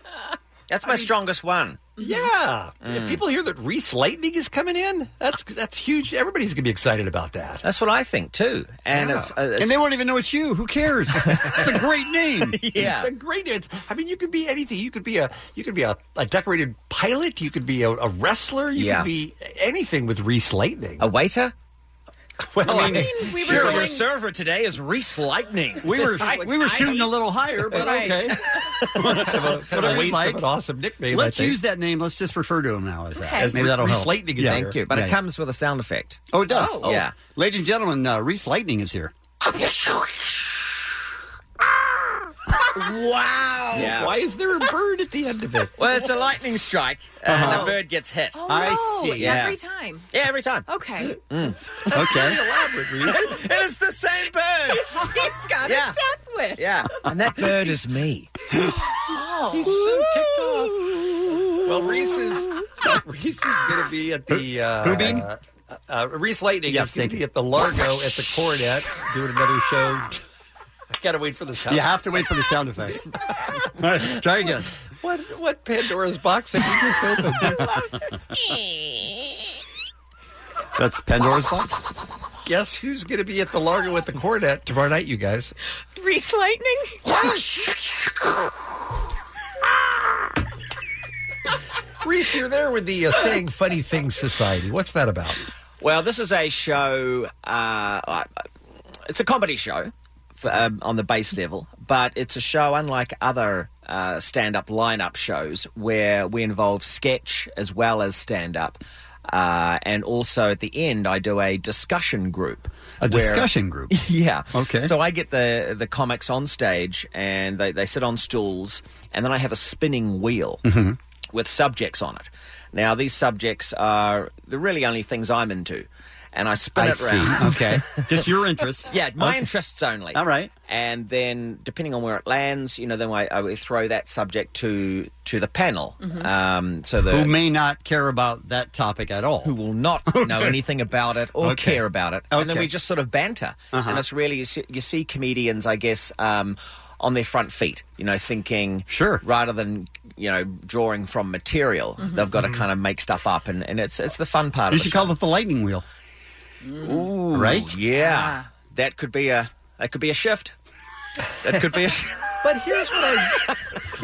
[SPEAKER 5] That's my strongest one.
[SPEAKER 12] Yeah. If
[SPEAKER 5] Mm.
[SPEAKER 12] people hear that Reese Lightning is coming in, that's that's huge. Everybody's going to be excited about that.
[SPEAKER 5] That's what I think too. And it's, uh, it's-
[SPEAKER 12] and they won't even know it's you. Who cares? it's a great name.
[SPEAKER 5] Yeah.
[SPEAKER 12] it's a great name. It's- I mean, you could be anything. You could be a you could be a, a decorated pilot. You could be a, a wrestler. You
[SPEAKER 5] Yeah.
[SPEAKER 12] could be anything with Reese Lightning.
[SPEAKER 5] A waiter. Well,
[SPEAKER 11] I
[SPEAKER 5] I
[SPEAKER 11] mean,
[SPEAKER 5] mean,
[SPEAKER 11] we were
[SPEAKER 5] sure,
[SPEAKER 11] going-
[SPEAKER 5] your server today is Reese Lightning.
[SPEAKER 11] We were we were shooting a little higher, but
[SPEAKER 5] Right.
[SPEAKER 11] okay.
[SPEAKER 5] What
[SPEAKER 12] a waste of an awesome nickname, I
[SPEAKER 11] Let's
[SPEAKER 12] think.
[SPEAKER 11] use that name. Let's just refer to him now as that.
[SPEAKER 5] Okay.
[SPEAKER 11] As Maybe that'll
[SPEAKER 5] Reese
[SPEAKER 11] help.
[SPEAKER 5] Lightning is
[SPEAKER 11] yeah.
[SPEAKER 5] Thank here. you. But it comes
[SPEAKER 11] with a sound effect. Oh, it does.
[SPEAKER 5] Oh. Yeah.
[SPEAKER 11] ladies and gentlemen, uh, Reese Lightning is here.
[SPEAKER 5] wow.
[SPEAKER 11] Yeah.
[SPEAKER 5] Why
[SPEAKER 12] is there a bird at the end of it?
[SPEAKER 5] Well, it's a lightning strike, and
[SPEAKER 11] Uh-huh.
[SPEAKER 5] a bird gets hit.
[SPEAKER 14] Oh, no. Every time.
[SPEAKER 5] Yeah, every time.
[SPEAKER 14] Okay.
[SPEAKER 11] Mm. Okay.
[SPEAKER 5] elaborate, Reese. and it's the same bird.
[SPEAKER 14] He's got
[SPEAKER 5] Yeah.
[SPEAKER 14] a death wish.
[SPEAKER 5] Yeah.
[SPEAKER 6] And that bird is me.
[SPEAKER 14] Oh.
[SPEAKER 12] He's so ticked off. Well, Reese is Reese is going to be at the uh,
[SPEAKER 11] Who being?
[SPEAKER 12] Uh, uh, Reese Lightning
[SPEAKER 11] Yes,
[SPEAKER 12] is going
[SPEAKER 11] thank
[SPEAKER 12] to be
[SPEAKER 11] you.
[SPEAKER 12] at the Largo at the Coronet doing another show. I gotta wait for the sound.
[SPEAKER 11] You have to wait for the sound effect. All right, try again.
[SPEAKER 12] What what Pandora's box have you just opened?
[SPEAKER 11] That's Pandora's box.
[SPEAKER 12] Guess who's going to be at the Largo at the Coronet tomorrow night, you guys?
[SPEAKER 14] Reese Lightning?
[SPEAKER 12] Reese, you're there with the uh, Saying Funny Things Society. What's that about?
[SPEAKER 5] Well, this is a show. Uh, uh, it's a comedy show for, um, on the base level, but it's a show unlike other uh, stand-up lineup shows where we involve sketch as well as stand-up. Uh, and also at the end, I do a discussion group. where-
[SPEAKER 11] A discussion group.
[SPEAKER 5] yeah.
[SPEAKER 11] Okay.
[SPEAKER 5] So I get the the comics on stage, and they, they sit on stools, and then I have a spinning wheel
[SPEAKER 11] Mhm.
[SPEAKER 5] with subjects on it. Now these subjects are the really only things I'm into, and I spin
[SPEAKER 11] I
[SPEAKER 5] it
[SPEAKER 11] see.
[SPEAKER 5] round.
[SPEAKER 11] Okay. Just your interest.
[SPEAKER 5] Yeah, my
[SPEAKER 11] Okay.
[SPEAKER 5] interests only.
[SPEAKER 11] All right.
[SPEAKER 5] And then depending on where it lands, you know, then I, I would throw that subject to to the panel.
[SPEAKER 11] Mhm.
[SPEAKER 5] Um, so the
[SPEAKER 11] Who may not care about that topic at all? Who
[SPEAKER 5] will not know anything about it or
[SPEAKER 11] Okay.
[SPEAKER 5] care about it. And then
[SPEAKER 11] Okay.
[SPEAKER 5] we just sort of banter.
[SPEAKER 11] Uh-huh.
[SPEAKER 5] And it's really, you see, you see comedians, I guess, um, on their front feet, you know, thinking, sure, rather than, you know, drawing from material,
[SPEAKER 11] Mhm.
[SPEAKER 5] they've got to kind of make stuff up. And, and it's, it's the fun part
[SPEAKER 11] You
[SPEAKER 5] of
[SPEAKER 11] should
[SPEAKER 5] it.
[SPEAKER 11] call it the lightning wheel.
[SPEAKER 5] Ooh,
[SPEAKER 11] Right? Ah.
[SPEAKER 5] Yeah. That could be a, that could be a shift. That could be a shift.
[SPEAKER 12] But here's what I.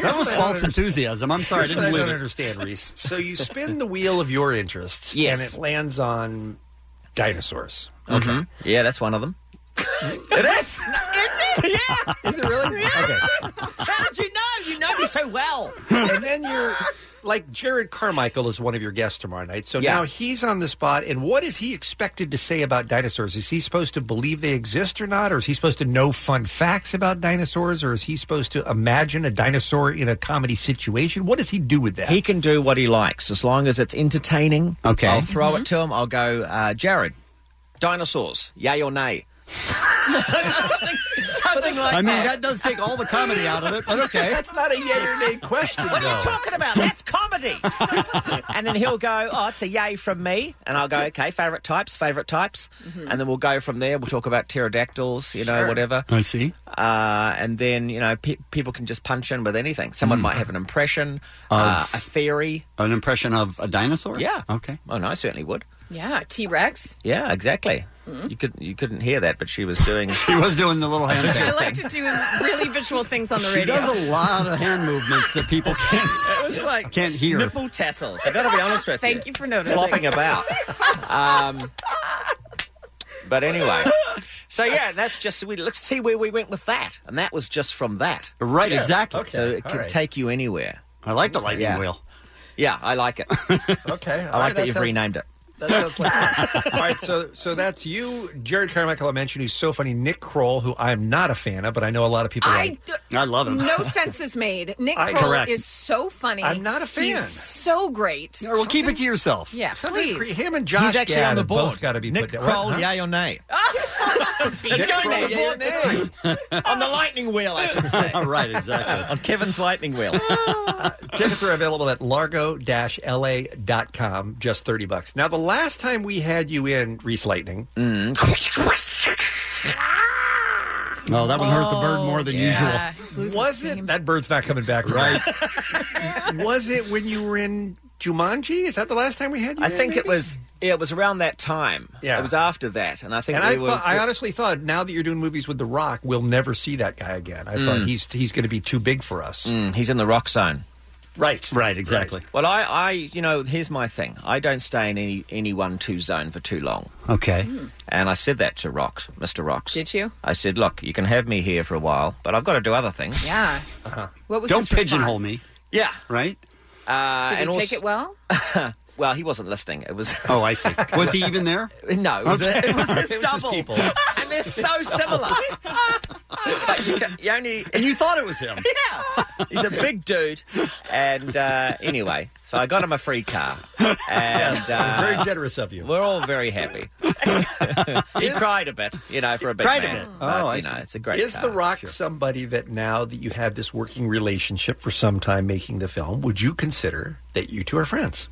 [SPEAKER 11] That was false enthusiasm. I'm sorry, I
[SPEAKER 12] Here's
[SPEAKER 11] didn't
[SPEAKER 12] what
[SPEAKER 11] believe
[SPEAKER 12] I don't
[SPEAKER 11] it.
[SPEAKER 12] understand, Reese. So you spin the wheel of your interests,
[SPEAKER 5] Yes.
[SPEAKER 12] and it lands on dinosaurs.
[SPEAKER 5] Okay. Mm-hmm. Yeah, that's one of them. it is.
[SPEAKER 14] Is it?
[SPEAKER 5] Yeah.
[SPEAKER 12] Is it really? Okay.
[SPEAKER 5] How did you know? You know me so well.
[SPEAKER 12] and then you're like Jared Carmichael is one of your guests tomorrow night. So
[SPEAKER 5] Yeah.
[SPEAKER 12] now he's on the spot, and what is he expected to say about dinosaurs? Is he supposed to believe they exist or not, or is he supposed to know fun facts about dinosaurs, or is he supposed to imagine a dinosaur in a comedy situation? What does he do with that?
[SPEAKER 5] He can do what he likes as long as it's entertaining.
[SPEAKER 11] Okay.
[SPEAKER 5] I'll throw it to him. I'll go, uh, Jared, dinosaurs, yay or nay?
[SPEAKER 14] something,
[SPEAKER 5] something
[SPEAKER 11] I mean, that does take all the comedy out of it, but okay.
[SPEAKER 12] That's not a yay or nay question.
[SPEAKER 5] What are you talking about? That's comedy. and then he'll go, oh, it's a yay from me. And I'll go, okay, favourite types, favourite types. And then we'll go from there. We'll talk about pterodactyls, you know,
[SPEAKER 11] Sure.
[SPEAKER 5] whatever.
[SPEAKER 11] I see.
[SPEAKER 5] Uh, and then, you know, pe- people can just punch in with anything. Someone
[SPEAKER 11] Mm.
[SPEAKER 5] might have an impression, uh,
[SPEAKER 11] Of-
[SPEAKER 5] a theory.
[SPEAKER 11] An impression of a dinosaur?
[SPEAKER 5] Yeah.
[SPEAKER 11] Okay.
[SPEAKER 5] Oh, no, I certainly would.
[SPEAKER 14] Yeah, T Rex.
[SPEAKER 5] Yeah, exactly.
[SPEAKER 14] Mm.
[SPEAKER 5] You could you couldn't hear that, but she was doing
[SPEAKER 11] she was doing the little hand
[SPEAKER 14] I like to do really visual things on the
[SPEAKER 11] She
[SPEAKER 14] radio.
[SPEAKER 11] does a lot of hand movements that people can't
[SPEAKER 5] It was like
[SPEAKER 11] can't hear.
[SPEAKER 5] nipple tassels. I got to be honest with you.
[SPEAKER 14] Thank you for noticing.
[SPEAKER 5] Flopping about. Um, but anyway, so yeah, that's just we let's see where we went with that, and that was just from that.
[SPEAKER 11] Right, Yeah, exactly. okay,
[SPEAKER 5] So it
[SPEAKER 11] all
[SPEAKER 5] can
[SPEAKER 11] right.
[SPEAKER 5] take you anywhere.
[SPEAKER 11] I like the lightning
[SPEAKER 5] Yeah.
[SPEAKER 11] wheel.
[SPEAKER 5] Yeah, I like it.
[SPEAKER 12] Okay,
[SPEAKER 5] I like that you've renamed it.
[SPEAKER 12] All right, so so that's you, Jared Carmichael. I mentioned who's so funny. Nick Kroll, who I'm not a fan of, but I know a lot of people.
[SPEAKER 14] I-
[SPEAKER 12] like. I love
[SPEAKER 14] No sense is made. Nick
[SPEAKER 12] I-
[SPEAKER 14] Kroll
[SPEAKER 12] correct.
[SPEAKER 14] is so funny.
[SPEAKER 12] I'm not a fan.
[SPEAKER 14] He's so great.
[SPEAKER 11] well, keep it to yourself.
[SPEAKER 14] Yeah,
[SPEAKER 12] Something
[SPEAKER 14] please.
[SPEAKER 12] cre- him and Josh
[SPEAKER 5] He's actually
[SPEAKER 12] Gad
[SPEAKER 5] on the
[SPEAKER 12] have
[SPEAKER 5] board.
[SPEAKER 12] both got to be
[SPEAKER 5] Nick
[SPEAKER 12] put down.
[SPEAKER 5] Kroll,
[SPEAKER 12] What? Huh?
[SPEAKER 5] yay or nay?
[SPEAKER 14] Nick
[SPEAKER 5] It's going on
[SPEAKER 12] Kroll,
[SPEAKER 5] the
[SPEAKER 12] yay or
[SPEAKER 5] board tonight. on the lightning wheel, I should say.
[SPEAKER 11] right, exactly.
[SPEAKER 5] on Kevin's lightning wheel.
[SPEAKER 12] Uh, Tickets are available at largo-la.com, just 30 bucks. Now, the last time we had you in, Reese Lightning.
[SPEAKER 5] Mm.
[SPEAKER 11] Oh, that one hurt the bird more than
[SPEAKER 14] Oh, yeah. He's losing
[SPEAKER 12] Was it? That bird's not coming back. Right. was it when you were in Jumanji? Is that the last time we had you
[SPEAKER 5] I
[SPEAKER 12] in,
[SPEAKER 5] think it
[SPEAKER 12] maybe?
[SPEAKER 5] was. Yeah, it was around that time. Yeah, it was after that, and I think
[SPEAKER 12] and
[SPEAKER 5] we
[SPEAKER 12] I,
[SPEAKER 5] were.
[SPEAKER 12] thought, I honestly thought now that you're doing movies with The Rock, we'll never see that guy again. I thought
[SPEAKER 5] Mm.
[SPEAKER 12] he's he's going to be too big for us.
[SPEAKER 5] Mm, he's in the rock zone.
[SPEAKER 11] Right. Right, exactly.
[SPEAKER 5] Well, I, I, you know, here's my thing. I don't stay in any any one two zone for too long.
[SPEAKER 11] Okay.
[SPEAKER 14] Hmm.
[SPEAKER 5] And I said that to Rocks, Mr. Rocks.
[SPEAKER 14] Did you?
[SPEAKER 5] I said, look, you can have me here for a while, but I've got to do other things.
[SPEAKER 14] Yeah. What was
[SPEAKER 5] Uh-huh. Don't
[SPEAKER 14] his response?
[SPEAKER 5] pigeonhole me. Yeah.
[SPEAKER 11] Right.
[SPEAKER 5] Uh,
[SPEAKER 14] Did he
[SPEAKER 5] and
[SPEAKER 14] take
[SPEAKER 5] also-
[SPEAKER 14] it well?
[SPEAKER 5] Well, he wasn't listening. It was.
[SPEAKER 11] Oh, I see. Was he even there?
[SPEAKER 5] No, it was,
[SPEAKER 11] Okay.
[SPEAKER 5] it was his
[SPEAKER 11] It was just
[SPEAKER 5] double.
[SPEAKER 11] people.
[SPEAKER 5] and they're so similar. Like, you, ca- you only
[SPEAKER 11] and you thought it was him.
[SPEAKER 5] yeah, he's a big dude. And uh, anyway, so I got him a free car, and uh,
[SPEAKER 12] Very generous of you.
[SPEAKER 5] We're all very happy. he cried a bit, you know, for a bit.
[SPEAKER 12] Cried
[SPEAKER 5] man,
[SPEAKER 12] Oh,
[SPEAKER 5] but,
[SPEAKER 12] I
[SPEAKER 5] you
[SPEAKER 12] see.
[SPEAKER 5] know, it's a great.
[SPEAKER 12] Is
[SPEAKER 5] car.
[SPEAKER 12] The Rock somebody that now that you have this working relationship for some time making the film, would you consider that you two are friends?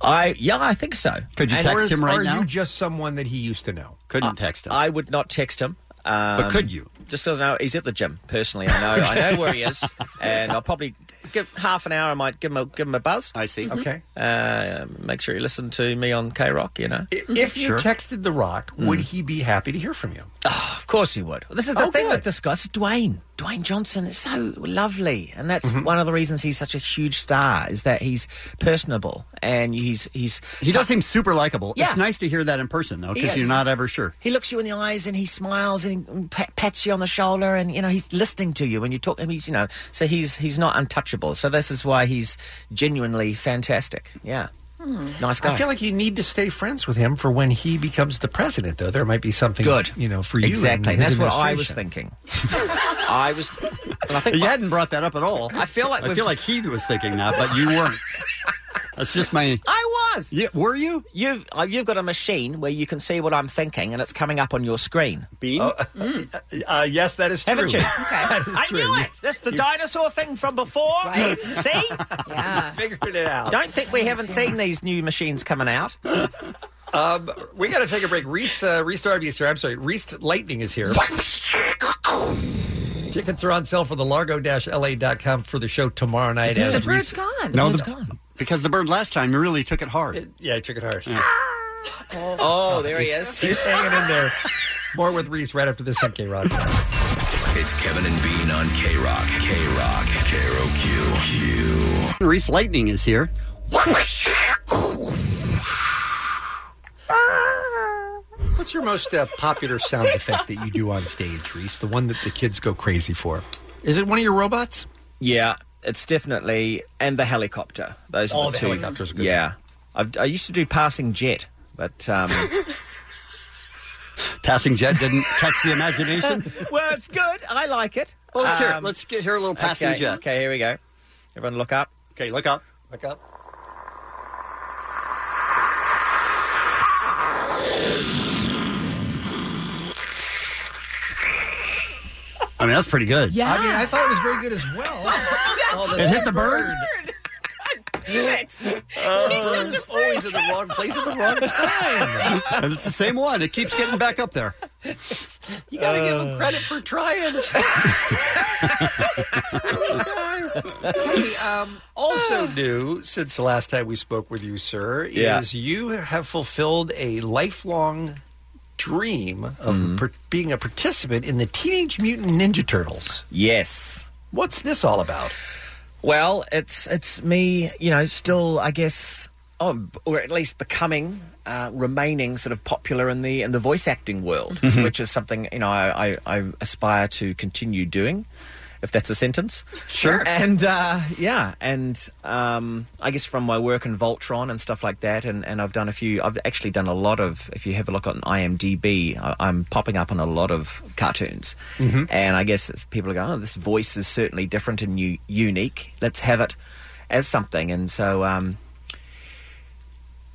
[SPEAKER 5] I yeah, I think so.
[SPEAKER 12] Could
[SPEAKER 5] you text him right
[SPEAKER 12] are
[SPEAKER 5] now?
[SPEAKER 12] you just someone that he used to know?
[SPEAKER 11] Couldn't text him.
[SPEAKER 5] I would not text him. Um,
[SPEAKER 12] But could you?
[SPEAKER 5] Just because I know he's at the gym. Personally, I know I know where he is, and I'll probably give half an hour. I might give him a, give him a buzz.
[SPEAKER 11] I see.
[SPEAKER 12] Okay.
[SPEAKER 5] Uh,
[SPEAKER 11] Mm-hmm.
[SPEAKER 5] make sure you listen to me on K Rock. You know, Mm.
[SPEAKER 12] If you texted The Rock, would he be happy to hear from you?
[SPEAKER 5] Oh,
[SPEAKER 12] Oh,
[SPEAKER 5] Of course he would. This is the thing with this guy. This is Dwayne. Dwayne Johnson is so lovely, and that's
[SPEAKER 12] Mm-hmm.
[SPEAKER 5] one of the reasons he's such a huge star is that he's personable and he's he's
[SPEAKER 11] He does seem super likable.
[SPEAKER 5] Yeah.
[SPEAKER 11] It's nice to hear that in person, though,
[SPEAKER 5] He
[SPEAKER 11] because
[SPEAKER 5] is.
[SPEAKER 11] you're not ever sure.
[SPEAKER 5] He looks you in the eyes and he smiles and he pat, pats you on the shoulder and you know he's listening to you when you talk. I mean, he's you know so he's he's not untouchable. So this is why he's genuinely fantastic. Yeah, nice guy.
[SPEAKER 12] I feel like you need to stay friends with him for when he becomes the president, though. There might be something
[SPEAKER 5] Good.
[SPEAKER 12] you know, for you.
[SPEAKER 5] Exactly.
[SPEAKER 12] and his
[SPEAKER 5] That's what I was
[SPEAKER 12] administration.
[SPEAKER 5] thinking. I was. And I think
[SPEAKER 11] you hadn't brought that up at all.
[SPEAKER 5] I feel like
[SPEAKER 11] I
[SPEAKER 5] we've-
[SPEAKER 11] feel like he was thinking that, but you weren't. That's just my.
[SPEAKER 5] I was.
[SPEAKER 11] Yeah, were you?
[SPEAKER 5] You've uh, you've got a machine where you can see what I'm thinking, and it's coming up on your screen. Oh.
[SPEAKER 11] Bean.
[SPEAKER 12] Uh, yes, that is true.
[SPEAKER 5] Haven't you?
[SPEAKER 12] That is
[SPEAKER 5] I
[SPEAKER 12] true.
[SPEAKER 5] knew it. That's the
[SPEAKER 12] You-
[SPEAKER 5] dinosaur thing from before.
[SPEAKER 12] Right.
[SPEAKER 5] See?
[SPEAKER 12] Figured it out.
[SPEAKER 5] Don't think we haven't seen these new machines coming out.
[SPEAKER 12] Um, we got to take a break. Reese, uh, Reese Darby is here. I'm sorry, Reese Lightning is here. Tickets are on sale for the largo-la.com for the show tomorrow night.
[SPEAKER 11] Yeah,
[SPEAKER 12] as
[SPEAKER 11] the
[SPEAKER 12] Reese-
[SPEAKER 11] bird's
[SPEAKER 14] gone.
[SPEAKER 11] No, the- Because the bird last time really took it hard.
[SPEAKER 12] yeah, I took it hard.
[SPEAKER 5] Oh, there he is.
[SPEAKER 12] He's hanging in there. More with Reese right after this on K Rod.
[SPEAKER 4] It's Kevin and Bean on K Rock. K Rock. K R O Q.
[SPEAKER 11] Reese Lightning is here.
[SPEAKER 12] What's your most uh, popular sound effect that you do on stage, Reese? The one that the kids go crazy for. Is it one of your robots?
[SPEAKER 5] Yeah, it's definitely and the helicopter. Those
[SPEAKER 12] Oh,
[SPEAKER 5] are the,
[SPEAKER 12] the
[SPEAKER 5] two.
[SPEAKER 12] helicopter's a good
[SPEAKER 5] Yeah, I've, I used to do passing jet, but um,
[SPEAKER 11] Passing jet didn't catch the imagination.
[SPEAKER 5] well, it's good. I like it. Um,
[SPEAKER 11] Well, let's hear it. Let's get, hear a little passing
[SPEAKER 5] okay,
[SPEAKER 11] jet.
[SPEAKER 5] Okay, here we go. Everyone, look up.
[SPEAKER 11] Okay, look up.
[SPEAKER 12] Look up.
[SPEAKER 11] I mean, that's pretty good.
[SPEAKER 12] I mean, I thought it was very good as well. Oh,
[SPEAKER 11] It hit the bird.
[SPEAKER 12] It's always in the wrong place at the wrong time.
[SPEAKER 11] and it's the same one. It keeps getting back up there.
[SPEAKER 12] You got to give
[SPEAKER 11] Uh.
[SPEAKER 12] him credit for trying. hey, um, also new since the last time we spoke with you, sir,
[SPEAKER 5] Yeah.
[SPEAKER 12] is you have fulfilled a lifelong dream of
[SPEAKER 5] Mm-hmm.
[SPEAKER 12] par- being a participant in the Teenage Mutant Ninja Turtles.
[SPEAKER 5] Yes.
[SPEAKER 12] What's this all about?
[SPEAKER 5] Well, it's it's me, you know, still I guess, oh, or at least becoming, uh, remaining sort of popular in the in the voice acting world, which is something you know I, I, I aspire to continue doing, if that's a sentence.
[SPEAKER 11] Sure.
[SPEAKER 5] And uh, yeah, and um, I guess from my work in Voltron and stuff like that, and, and I've done a few. I've actually done a lot of. If you have a look on IMDb, I, I'm popping up on a lot of cartoons.
[SPEAKER 11] Mm-hmm.
[SPEAKER 8] Mhm.
[SPEAKER 5] Mm-hmm. And I guess if people are going, oh, this voice is certainly different and u- unique. Let's have it as something. And so, um,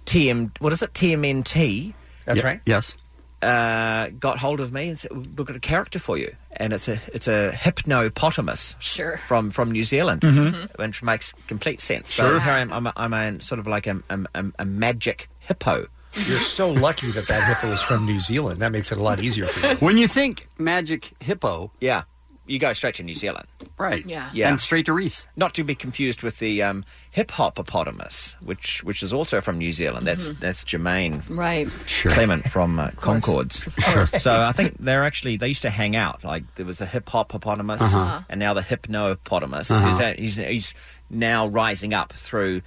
[SPEAKER 5] TM, what is it? TMNT.
[SPEAKER 12] That's right.
[SPEAKER 11] Yes.
[SPEAKER 5] Uh, got hold of me and said, "We've got a character for you, and it's a it's a hypnopotamus,
[SPEAKER 14] Sure.
[SPEAKER 5] from from New Zealand,
[SPEAKER 14] Mhm.
[SPEAKER 5] which makes complete sense. So
[SPEAKER 12] Mm-hmm. Sure.
[SPEAKER 5] here I am, I'm a, I'm a sort of like a, a, a- a magic hippo.
[SPEAKER 12] You're so lucky that that hippo is from New Zealand. That makes it a lot easier for you.
[SPEAKER 11] When you think magic hippo,
[SPEAKER 5] yeah, you go straight to New Zealand.
[SPEAKER 11] Right.
[SPEAKER 14] Yeah.
[SPEAKER 5] Yeah.
[SPEAKER 11] And straight to Reese.
[SPEAKER 5] Not to be confused with the um, hip hippopotamus, which which is also from New Zealand. That's
[SPEAKER 14] Mhm.
[SPEAKER 5] that's Jermaine
[SPEAKER 14] Right.
[SPEAKER 5] Clement from uh, Concords.
[SPEAKER 14] course.
[SPEAKER 5] So I think they're actually they used to hang out. Like there was a hip hop hippopotamus,
[SPEAKER 11] Uh-huh. Uh-huh.
[SPEAKER 5] and now the hypnopotamus.
[SPEAKER 11] Uh-huh.
[SPEAKER 5] He's, at- he's he's now rising up through.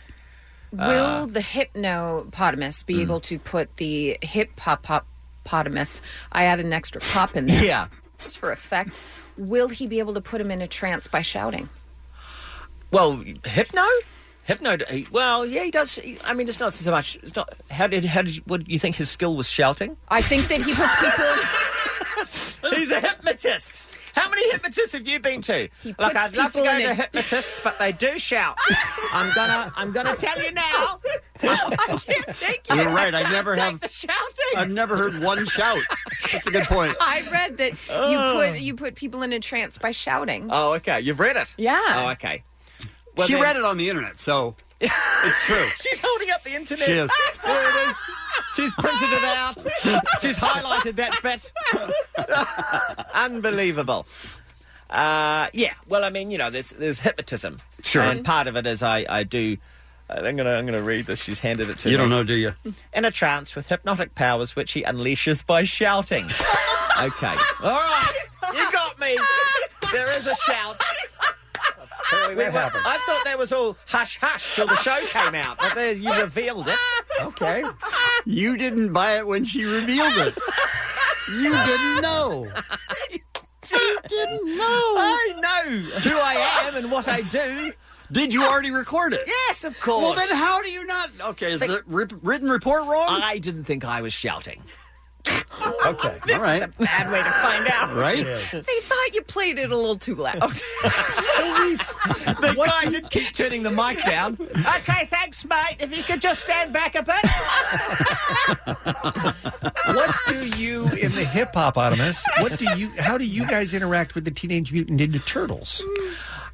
[SPEAKER 5] uh,
[SPEAKER 14] Will the hypnopotamus
[SPEAKER 5] Hmm.
[SPEAKER 14] be able to put the hippopotamus? I add an extra pop in there.
[SPEAKER 5] Yeah.
[SPEAKER 14] Just for effect. Will he be able to put him in a trance by shouting?
[SPEAKER 5] Well, hypno, hypno. he- Well, yeah, he does. he- I mean, it's not so much. It's not. How did how did you- what do you think his skill was shouting?
[SPEAKER 14] I think that he puts people in.
[SPEAKER 5] He's a hypnotist. How many hypnotists have you been to? Look,
[SPEAKER 14] puts
[SPEAKER 5] I'd love to
[SPEAKER 14] people
[SPEAKER 5] go
[SPEAKER 14] in
[SPEAKER 5] to
[SPEAKER 14] a-
[SPEAKER 5] hypnotists, but they do shout. I'm gonna, I'm gonna tell you now. I can't take
[SPEAKER 11] it. You're right, I never have-
[SPEAKER 14] the shouting.
[SPEAKER 11] I've never heard one shout. That's a good point.
[SPEAKER 14] I read that
[SPEAKER 5] Oh.
[SPEAKER 14] you put you put people in a trance by shouting.
[SPEAKER 5] Oh, okay. You've read it.
[SPEAKER 14] Yeah.
[SPEAKER 5] Oh, okay. Well,
[SPEAKER 11] she
[SPEAKER 5] then-
[SPEAKER 11] read it on the internet, so it's true.
[SPEAKER 5] She's holding up the internet.
[SPEAKER 11] She is.
[SPEAKER 5] There it is. She's printed it out. She's highlighted that bit. Unbelievable. Uh, yeah. Well, I mean, you know, there's there's hypnotism.
[SPEAKER 11] Sure.
[SPEAKER 5] And part of it is I I do. uh, I'm gonna I'm gonna read this. She's handed it to
[SPEAKER 11] You
[SPEAKER 5] me.
[SPEAKER 11] don't know, do you?
[SPEAKER 5] In a trance with hypnotic powers, which he unleashes by shouting. okay. All right. You got me. There is a shout. We- we- I thought that was all hush hush till the show came out, but there, you revealed it.
[SPEAKER 11] Okay. You didn't buy it when she revealed it. You didn't know.
[SPEAKER 5] You didn't know. I know who I am and what I do.
[SPEAKER 11] Did you already record it?
[SPEAKER 5] Yes, of course.
[SPEAKER 11] Well, then how do you not? Okay, is
[SPEAKER 5] But-
[SPEAKER 11] the ri- written report wrong?
[SPEAKER 5] I didn't think I was shouting.
[SPEAKER 11] okay.
[SPEAKER 14] This
[SPEAKER 11] All right.
[SPEAKER 14] is a bad way to find out.
[SPEAKER 11] Right?
[SPEAKER 14] They thought you played it a little too loud.
[SPEAKER 5] the guy did keep turning the mic down. okay, thanks, mate. If you could just stand back a bit.
[SPEAKER 12] what do you in the hippopotamus? What do you? How do you guys interact with the Teenage Mutant Ninja Turtles?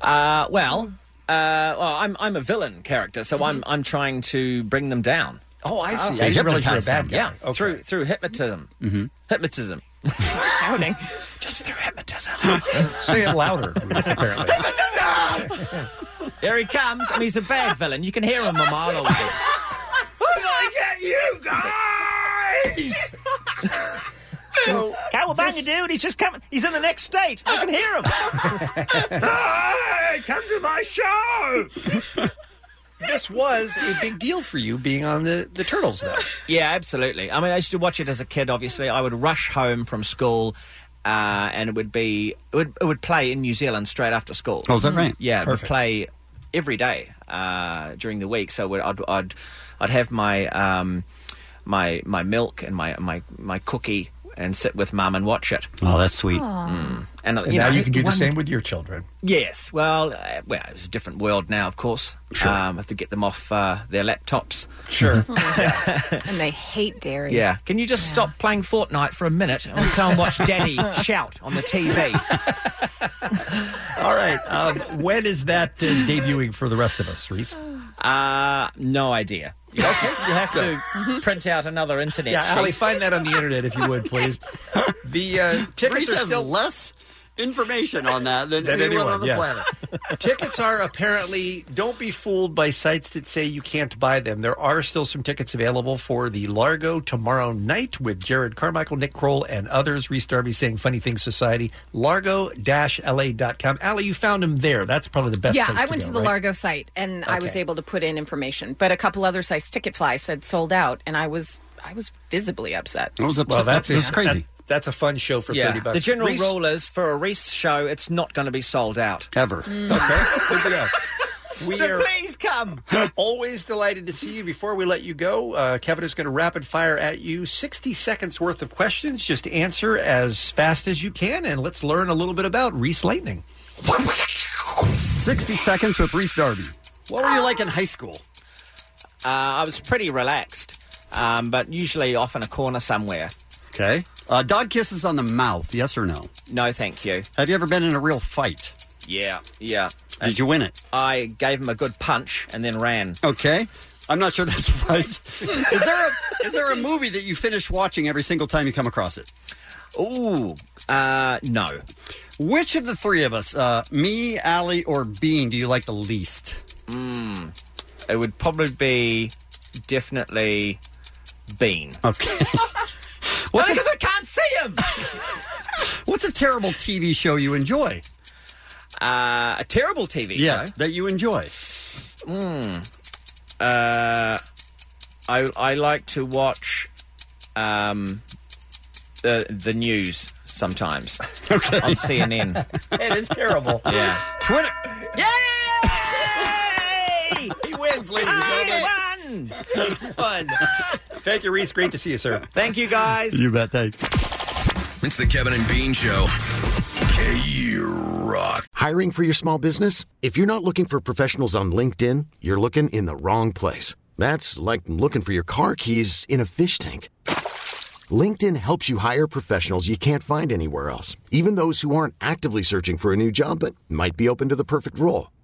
[SPEAKER 5] Uh, well, uh, well, I'm I'm a villain character, so I'm I'm trying to bring them down.
[SPEAKER 12] Oh, Mm-hmm. I see.
[SPEAKER 5] Ah, So
[SPEAKER 12] I didn't realize you were a
[SPEAKER 5] hypnotize
[SPEAKER 12] bad
[SPEAKER 5] them,
[SPEAKER 12] guy.
[SPEAKER 5] Yeah, through through hypnotism,
[SPEAKER 7] Mm-hmm.
[SPEAKER 5] hypnotism, shouting, just through hypnotism.
[SPEAKER 12] Say it louder, apparently.
[SPEAKER 5] Here he comes, and he's a bad villain. You can hear him a mile away.
[SPEAKER 7] I'm gonna get you guys! so, Cowabunga, dude, he's just coming. He's in the next state. I can hear him. hey, come to my show!
[SPEAKER 12] This was a big deal for you being on the the Turtles, though.
[SPEAKER 5] Yeah, absolutely. I mean, I used to watch it as a kid. Obviously, I would rush home from school, uh, and it would be it would, it would play in New Zealand straight after school.
[SPEAKER 11] Oh, is that right?
[SPEAKER 5] Yeah, it would
[SPEAKER 11] Perfect.
[SPEAKER 5] play every day uh, during the week. So we'd- I'd I'd I'd have my um, my my milk and my my my cookie and sit with mum and watch it.
[SPEAKER 11] Oh, that's sweet.
[SPEAKER 5] Mm. And, uh,
[SPEAKER 12] And
[SPEAKER 5] you
[SPEAKER 12] now
[SPEAKER 5] know,
[SPEAKER 12] Hmm. you can do the
[SPEAKER 5] one-
[SPEAKER 12] same with your children.
[SPEAKER 5] Yes, well, uh, well, it's a different world now, of course. Sure. Um, have to get them off uh, their laptops.
[SPEAKER 12] Sure.
[SPEAKER 14] and they hate dairy.
[SPEAKER 5] Yeah. Can you just stop playing Fortnite for a minute and we'll come and watch Daddy shout on the TV?
[SPEAKER 12] All right. Um, when is that uh, debuting for the rest of us, Reese?
[SPEAKER 5] Uh, no idea. Okay. You have to print out another internet
[SPEAKER 12] Yeah,
[SPEAKER 5] sheet.
[SPEAKER 12] Ali, find that on the internet if you would, please. The uh, tickets
[SPEAKER 11] Reese
[SPEAKER 12] are
[SPEAKER 11] has
[SPEAKER 12] still
[SPEAKER 11] less information on that than,
[SPEAKER 12] Than
[SPEAKER 11] anyone,
[SPEAKER 12] anyone,
[SPEAKER 11] on the
[SPEAKER 12] yes.
[SPEAKER 11] planet.
[SPEAKER 12] tickets are apparently don't be fooled by sites that say you can't buy them there are still some tickets available for the largo tomorrow night with jared carmichael nick kroll and others reese darby saying funny things society largo-la.com ali you found them there that's probably the best
[SPEAKER 14] yeah,
[SPEAKER 12] place
[SPEAKER 14] I went
[SPEAKER 12] go,
[SPEAKER 14] to the
[SPEAKER 12] right?
[SPEAKER 14] Largo site and I was
[SPEAKER 12] Okay.
[SPEAKER 14] able to put in information, but a couple other sites, Ticketfly said sold out, and I was I was visibly upset.
[SPEAKER 5] upset.
[SPEAKER 12] well that's
[SPEAKER 5] It was
[SPEAKER 12] a-
[SPEAKER 5] crazy.
[SPEAKER 12] that- that's a fun show for 30 bucks
[SPEAKER 5] The general
[SPEAKER 12] Reese-
[SPEAKER 5] rule is for a Reese show, it's not going to be sold out.
[SPEAKER 11] Ever.
[SPEAKER 5] Mm.
[SPEAKER 14] Mm.
[SPEAKER 12] okay there you go. we
[SPEAKER 5] so
[SPEAKER 12] are
[SPEAKER 5] please come.
[SPEAKER 12] Always delighted to see you. Before we let you go, uh, Kevin is going to rapid fire at you 60 seconds worth of questions. Just answer as fast as you can, and let's learn a little bit about Reese Lightning.
[SPEAKER 11] 60 seconds with Reese Darby. What were you like in high school?
[SPEAKER 5] Uh, I was pretty relaxed, um, but usually off in a corner somewhere.
[SPEAKER 11] Okay. Uh, dog kisses on the mouth, yes or no?
[SPEAKER 5] No, thank you.
[SPEAKER 11] Have you ever been in a real fight?
[SPEAKER 5] Yeah, yeah.
[SPEAKER 11] Did you win it?
[SPEAKER 5] I gave him a good punch and then ran.
[SPEAKER 11] Okay. I'm not sure that's right. is there a is there a movie that you finish watching every single time you come across it? Ooh, uh, no. Which of the three of us, uh, me, Allie, or Bean, do you like the least?
[SPEAKER 5] Mm, it would probably be definitely Bean.
[SPEAKER 11] Okay.
[SPEAKER 5] well, because I can't see him.
[SPEAKER 11] What's a terrible TV show you enjoy?
[SPEAKER 5] Uh, a terrible TV
[SPEAKER 11] yes,
[SPEAKER 5] show.
[SPEAKER 11] that you enjoy.
[SPEAKER 5] Mm. Uh, I I like to watch um, the the news sometimes on CNN.
[SPEAKER 11] it is terrible.
[SPEAKER 5] Yeah.
[SPEAKER 11] Twitter.
[SPEAKER 5] Yay! he wins, ladies and gentlemen. Fun.
[SPEAKER 11] Thank you, Reese. Great to see you, sir.
[SPEAKER 5] Thank you, guys.
[SPEAKER 11] You bet. Thanks.
[SPEAKER 4] It's the Kevin and Bean Show. K Rock.
[SPEAKER 8] Hiring for your small business? If you're not looking for professionals on LinkedIn, you're looking in the wrong place. That's like looking for your car keys in a fish tank. LinkedIn helps you hire professionals you can't find anywhere else, even those who aren't actively searching for a new job but might be open to the perfect role.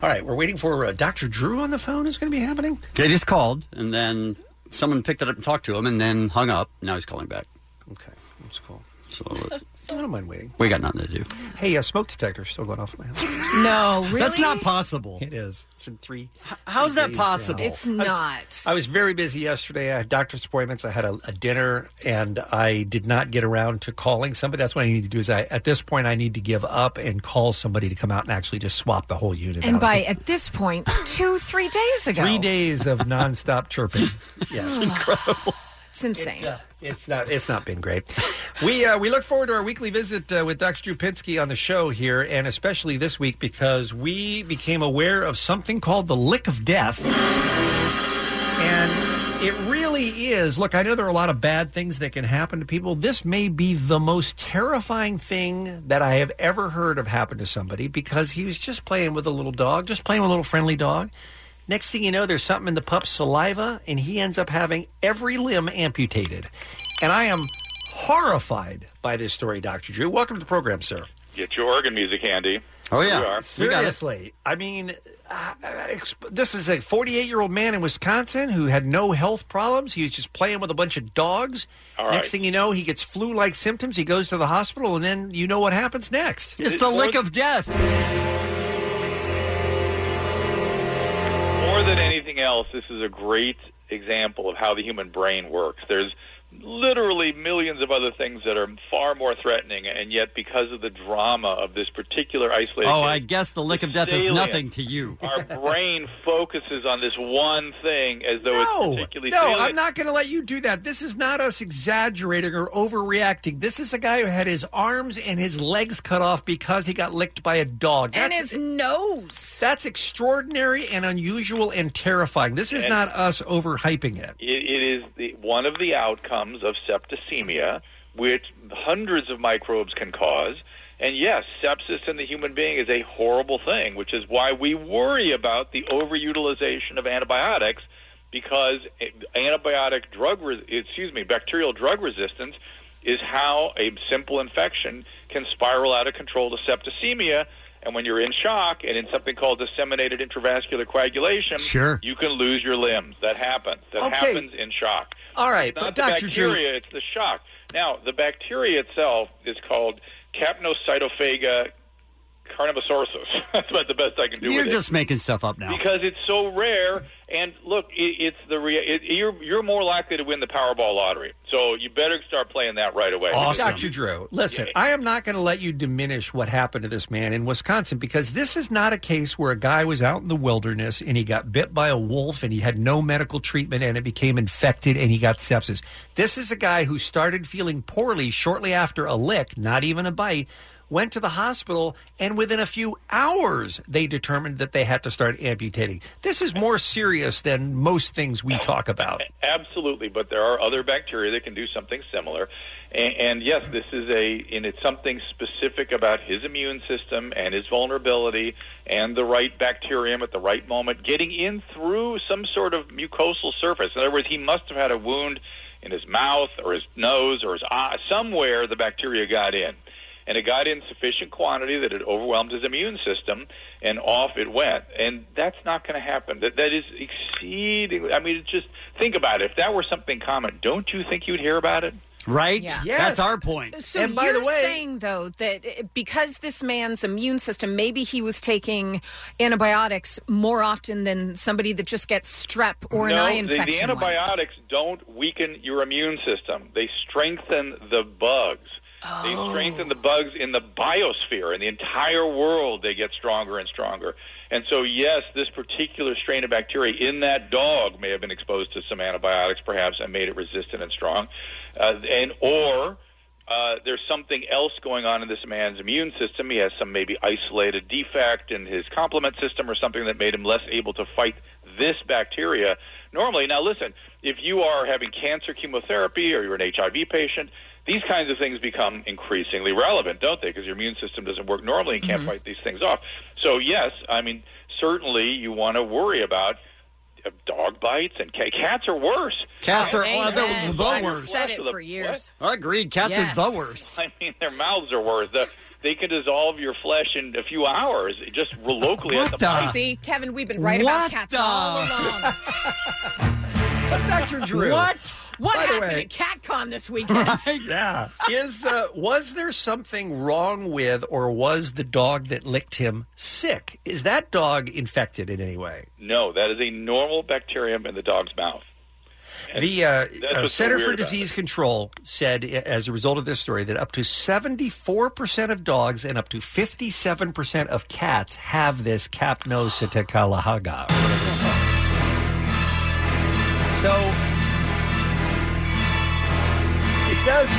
[SPEAKER 12] All right, we're waiting for uh, Dr. Drew on the phone. Is going to be happening.
[SPEAKER 11] They just called, and then someone picked it up and talked to him, and then hung up. Now he's calling back.
[SPEAKER 12] Okay, that's cool.
[SPEAKER 11] So
[SPEAKER 12] I don't mind waiting.
[SPEAKER 11] we got nothing to do.
[SPEAKER 12] Hey, uh, smoke detector still going off in my house.
[SPEAKER 14] No, Oh, really?
[SPEAKER 11] That's not possible.
[SPEAKER 12] It is. It's in three.
[SPEAKER 11] How's that
[SPEAKER 12] days
[SPEAKER 11] possible?
[SPEAKER 12] now.
[SPEAKER 14] It's not.
[SPEAKER 12] I was very busy yesterday. I had doctor's appointments. I had a, a dinner, and I did not get around to calling somebody. That's what I need to do. Is I at this point I need to give up and call somebody to come out and actually just swap the whole unit.
[SPEAKER 14] And
[SPEAKER 12] out.
[SPEAKER 14] by at this point, two, three days ago.
[SPEAKER 12] three days of nonstop chirping. Yes.
[SPEAKER 14] It's insane.
[SPEAKER 12] It's not. It's not been great. We uh, we look forward to our weekly visit uh, with Dr. Drew Pinsky on the show here, and especially this week because we became aware of something called the lick of death, and it really is. Look, I know there are a lot of bad things that can happen to people. This may be the most terrifying thing that I have ever heard of happen to somebody because he was just playing with a little dog, just playing with a little friendly dog. Next thing you know, there's something in the pup's saliva, and he ends up having every limb amputated. And I am horrified by this story, Dr. Drew. Welcome to the program, sir.
[SPEAKER 18] Get your organ music handy.
[SPEAKER 11] Oh,
[SPEAKER 18] Here
[SPEAKER 11] yeah.
[SPEAKER 18] we are.
[SPEAKER 12] Seriously. I mean, uh, exp- this is a 48 year old man in Wisconsin who had no health problems. He was just playing with a bunch of dogs.
[SPEAKER 18] All right.
[SPEAKER 12] Next thing you know, he gets flu like symptoms. He goes to the hospital, and then you know what happens next.
[SPEAKER 11] It's the lick of death.
[SPEAKER 18] More than anything else, this is a great example of how the human brain works. There's literally millions of other things that are far more threatening, and yet because of the drama of this particular isolated
[SPEAKER 11] Oh,
[SPEAKER 18] case,
[SPEAKER 11] I guess the lick of death is
[SPEAKER 18] salient.
[SPEAKER 11] nothing to you.
[SPEAKER 18] our brain focuses on this one thing as though it's
[SPEAKER 12] No,
[SPEAKER 18] particularly
[SPEAKER 12] no,
[SPEAKER 18] salient.
[SPEAKER 12] I'm not going to let you do that. This is not us exaggerating or overreacting. This is a guy who had his arms and his legs cut off because he got licked by a dog.
[SPEAKER 14] And
[SPEAKER 12] That's-
[SPEAKER 14] his nose.
[SPEAKER 12] That's extraordinary and unusual and terrifying. This is
[SPEAKER 18] And-
[SPEAKER 12] not us overhyping it.
[SPEAKER 18] It, it is the, one of the outcomes of septicemia, which hundreds of microbes can cause. And yes, sepsis in the human being is a horrible thing, which is why we worry about the overutilization of antibiotics because eh, antibiotic drug, re- excuse me, bacterial drug resistance is how a simple infection can spiral out of control to septicemia. And when you're in shock and in something called disseminated intravascular coagulation,
[SPEAKER 12] Sure.
[SPEAKER 18] you can lose your limbs. That happens. That
[SPEAKER 12] Okay.
[SPEAKER 18] happens in shock.
[SPEAKER 12] All right,
[SPEAKER 18] It's not
[SPEAKER 12] but
[SPEAKER 18] the
[SPEAKER 12] Dr. Drew-
[SPEAKER 18] bacteria, it's the shock. Now, the bacteria itself is called Capnocytophaga carnivosorsus. That's about the best I can do
[SPEAKER 11] You're
[SPEAKER 18] with
[SPEAKER 11] just
[SPEAKER 18] it.
[SPEAKER 11] making stuff up now.
[SPEAKER 18] Because it's so rare, and look, it, it's the rea- it, you're you're more likely to win the Powerball lottery. So you better start playing that right away.
[SPEAKER 12] Dr. Drew, listen, I am not going to let you diminish what happened to this man in Wisconsin because this is not a case where a guy was out in the wilderness and he got bit by a wolf and he had no medical treatment and it became infected and he got sepsis. This is a guy who started feeling poorly shortly after a lick, not even a bite, went to the hospital, and within a few hours, they determined that they had to start amputating. This is more serious than most things we talk about.
[SPEAKER 18] Absolutely, but there are other bacteria that can do something similar. And, and yes, this is a and it's something specific about his immune system and his vulnerability and the right bacterium at the right moment getting in through some sort of mucosal surface. In other words, he must have had a wound in his mouth or his nose or his eye somewhere the bacteria got in. And it got in sufficient quantity that it overwhelmed his immune system, and off it went. And that's not going to happen. That that is exceedingly. I mean, it's just think about it. If that were something common, don't you think you'd hear about it?
[SPEAKER 11] Right?
[SPEAKER 14] Yeah.
[SPEAKER 11] That's our point.
[SPEAKER 14] So you're saying though that uh, because this man's immune system, maybe he was taking antibiotics more often than somebody that just gets strep or an
[SPEAKER 18] no,
[SPEAKER 14] eye
[SPEAKER 18] the,
[SPEAKER 14] infection.
[SPEAKER 18] the antibiotics don't weaken your immune system. They strengthen the bugs.
[SPEAKER 14] Oh.
[SPEAKER 18] They strengthen the bugs in the biosphere in the entire world. They get stronger and stronger. And so, yes, this particular strain of bacteria in that dog may have been exposed to some antibiotics, perhaps, and made it resistant and strong, uh, and or. Uh, there's something else going on in this man's immune system. He has some maybe isolated defect in his complement system or something that made him less able to fight this bacteria normally. Now, listen, if you are having cancer chemotherapy or you're an HIV patient, these kinds of things become increasingly relevant, don't they? Because your immune system doesn't work normally and can't
[SPEAKER 15] Mhm.
[SPEAKER 18] fight these things off. So, yes, I mean, certainly you want to worry about uh, dog bites and ca- cats are worse.
[SPEAKER 11] Cats are uh, they're the
[SPEAKER 18] I've
[SPEAKER 11] worst.
[SPEAKER 18] said it for years.
[SPEAKER 11] Agreed. Cats are the worst.
[SPEAKER 18] I mean, their mouths are worse. The, they can dissolve your flesh in a few hours, just locally at the bite.
[SPEAKER 14] See, Kevin, we've been right about
[SPEAKER 18] What
[SPEAKER 14] cats
[SPEAKER 18] the-
[SPEAKER 14] all along.
[SPEAKER 12] Dr. Drew.
[SPEAKER 14] What? What
[SPEAKER 12] By the
[SPEAKER 14] happened
[SPEAKER 12] way-
[SPEAKER 14] at CatCon this weekend?
[SPEAKER 12] yeah. Is uh, was there something wrong with, or was the dog that licked him sick? Is that dog infected in any way?
[SPEAKER 18] No, that is a normal bacterium in the dog's mouth.
[SPEAKER 12] The uh,
[SPEAKER 18] That's
[SPEAKER 12] uh,
[SPEAKER 18] what's so
[SPEAKER 12] Center
[SPEAKER 18] weird
[SPEAKER 12] for
[SPEAKER 18] about
[SPEAKER 12] Disease Control said, i- as a result of this story, that up to 74% of dogs and up to 57% of cats have this capnocyticalahaga. or whatever it's called. So it does.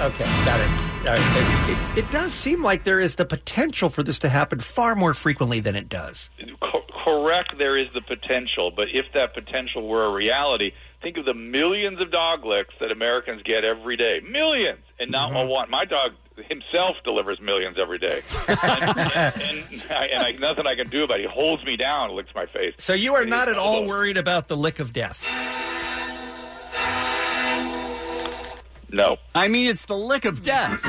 [SPEAKER 12] Okay, got it. All right, it- it, it does seem like there is the potential for this to happen far more frequently than it does.
[SPEAKER 18] Co- correct, there is the potential, but if that potential were a reality, think of the millions of dog licks that Americans get every day. Millions! And not
[SPEAKER 11] Mm-hmm.
[SPEAKER 18] one. want. My dog himself delivers millions every day. and and, I, and I, nothing I can do about it. He holds me down, licks my face.
[SPEAKER 12] So you are not at all worried about the lick of death.
[SPEAKER 18] No.
[SPEAKER 11] I mean, it's the lick of death.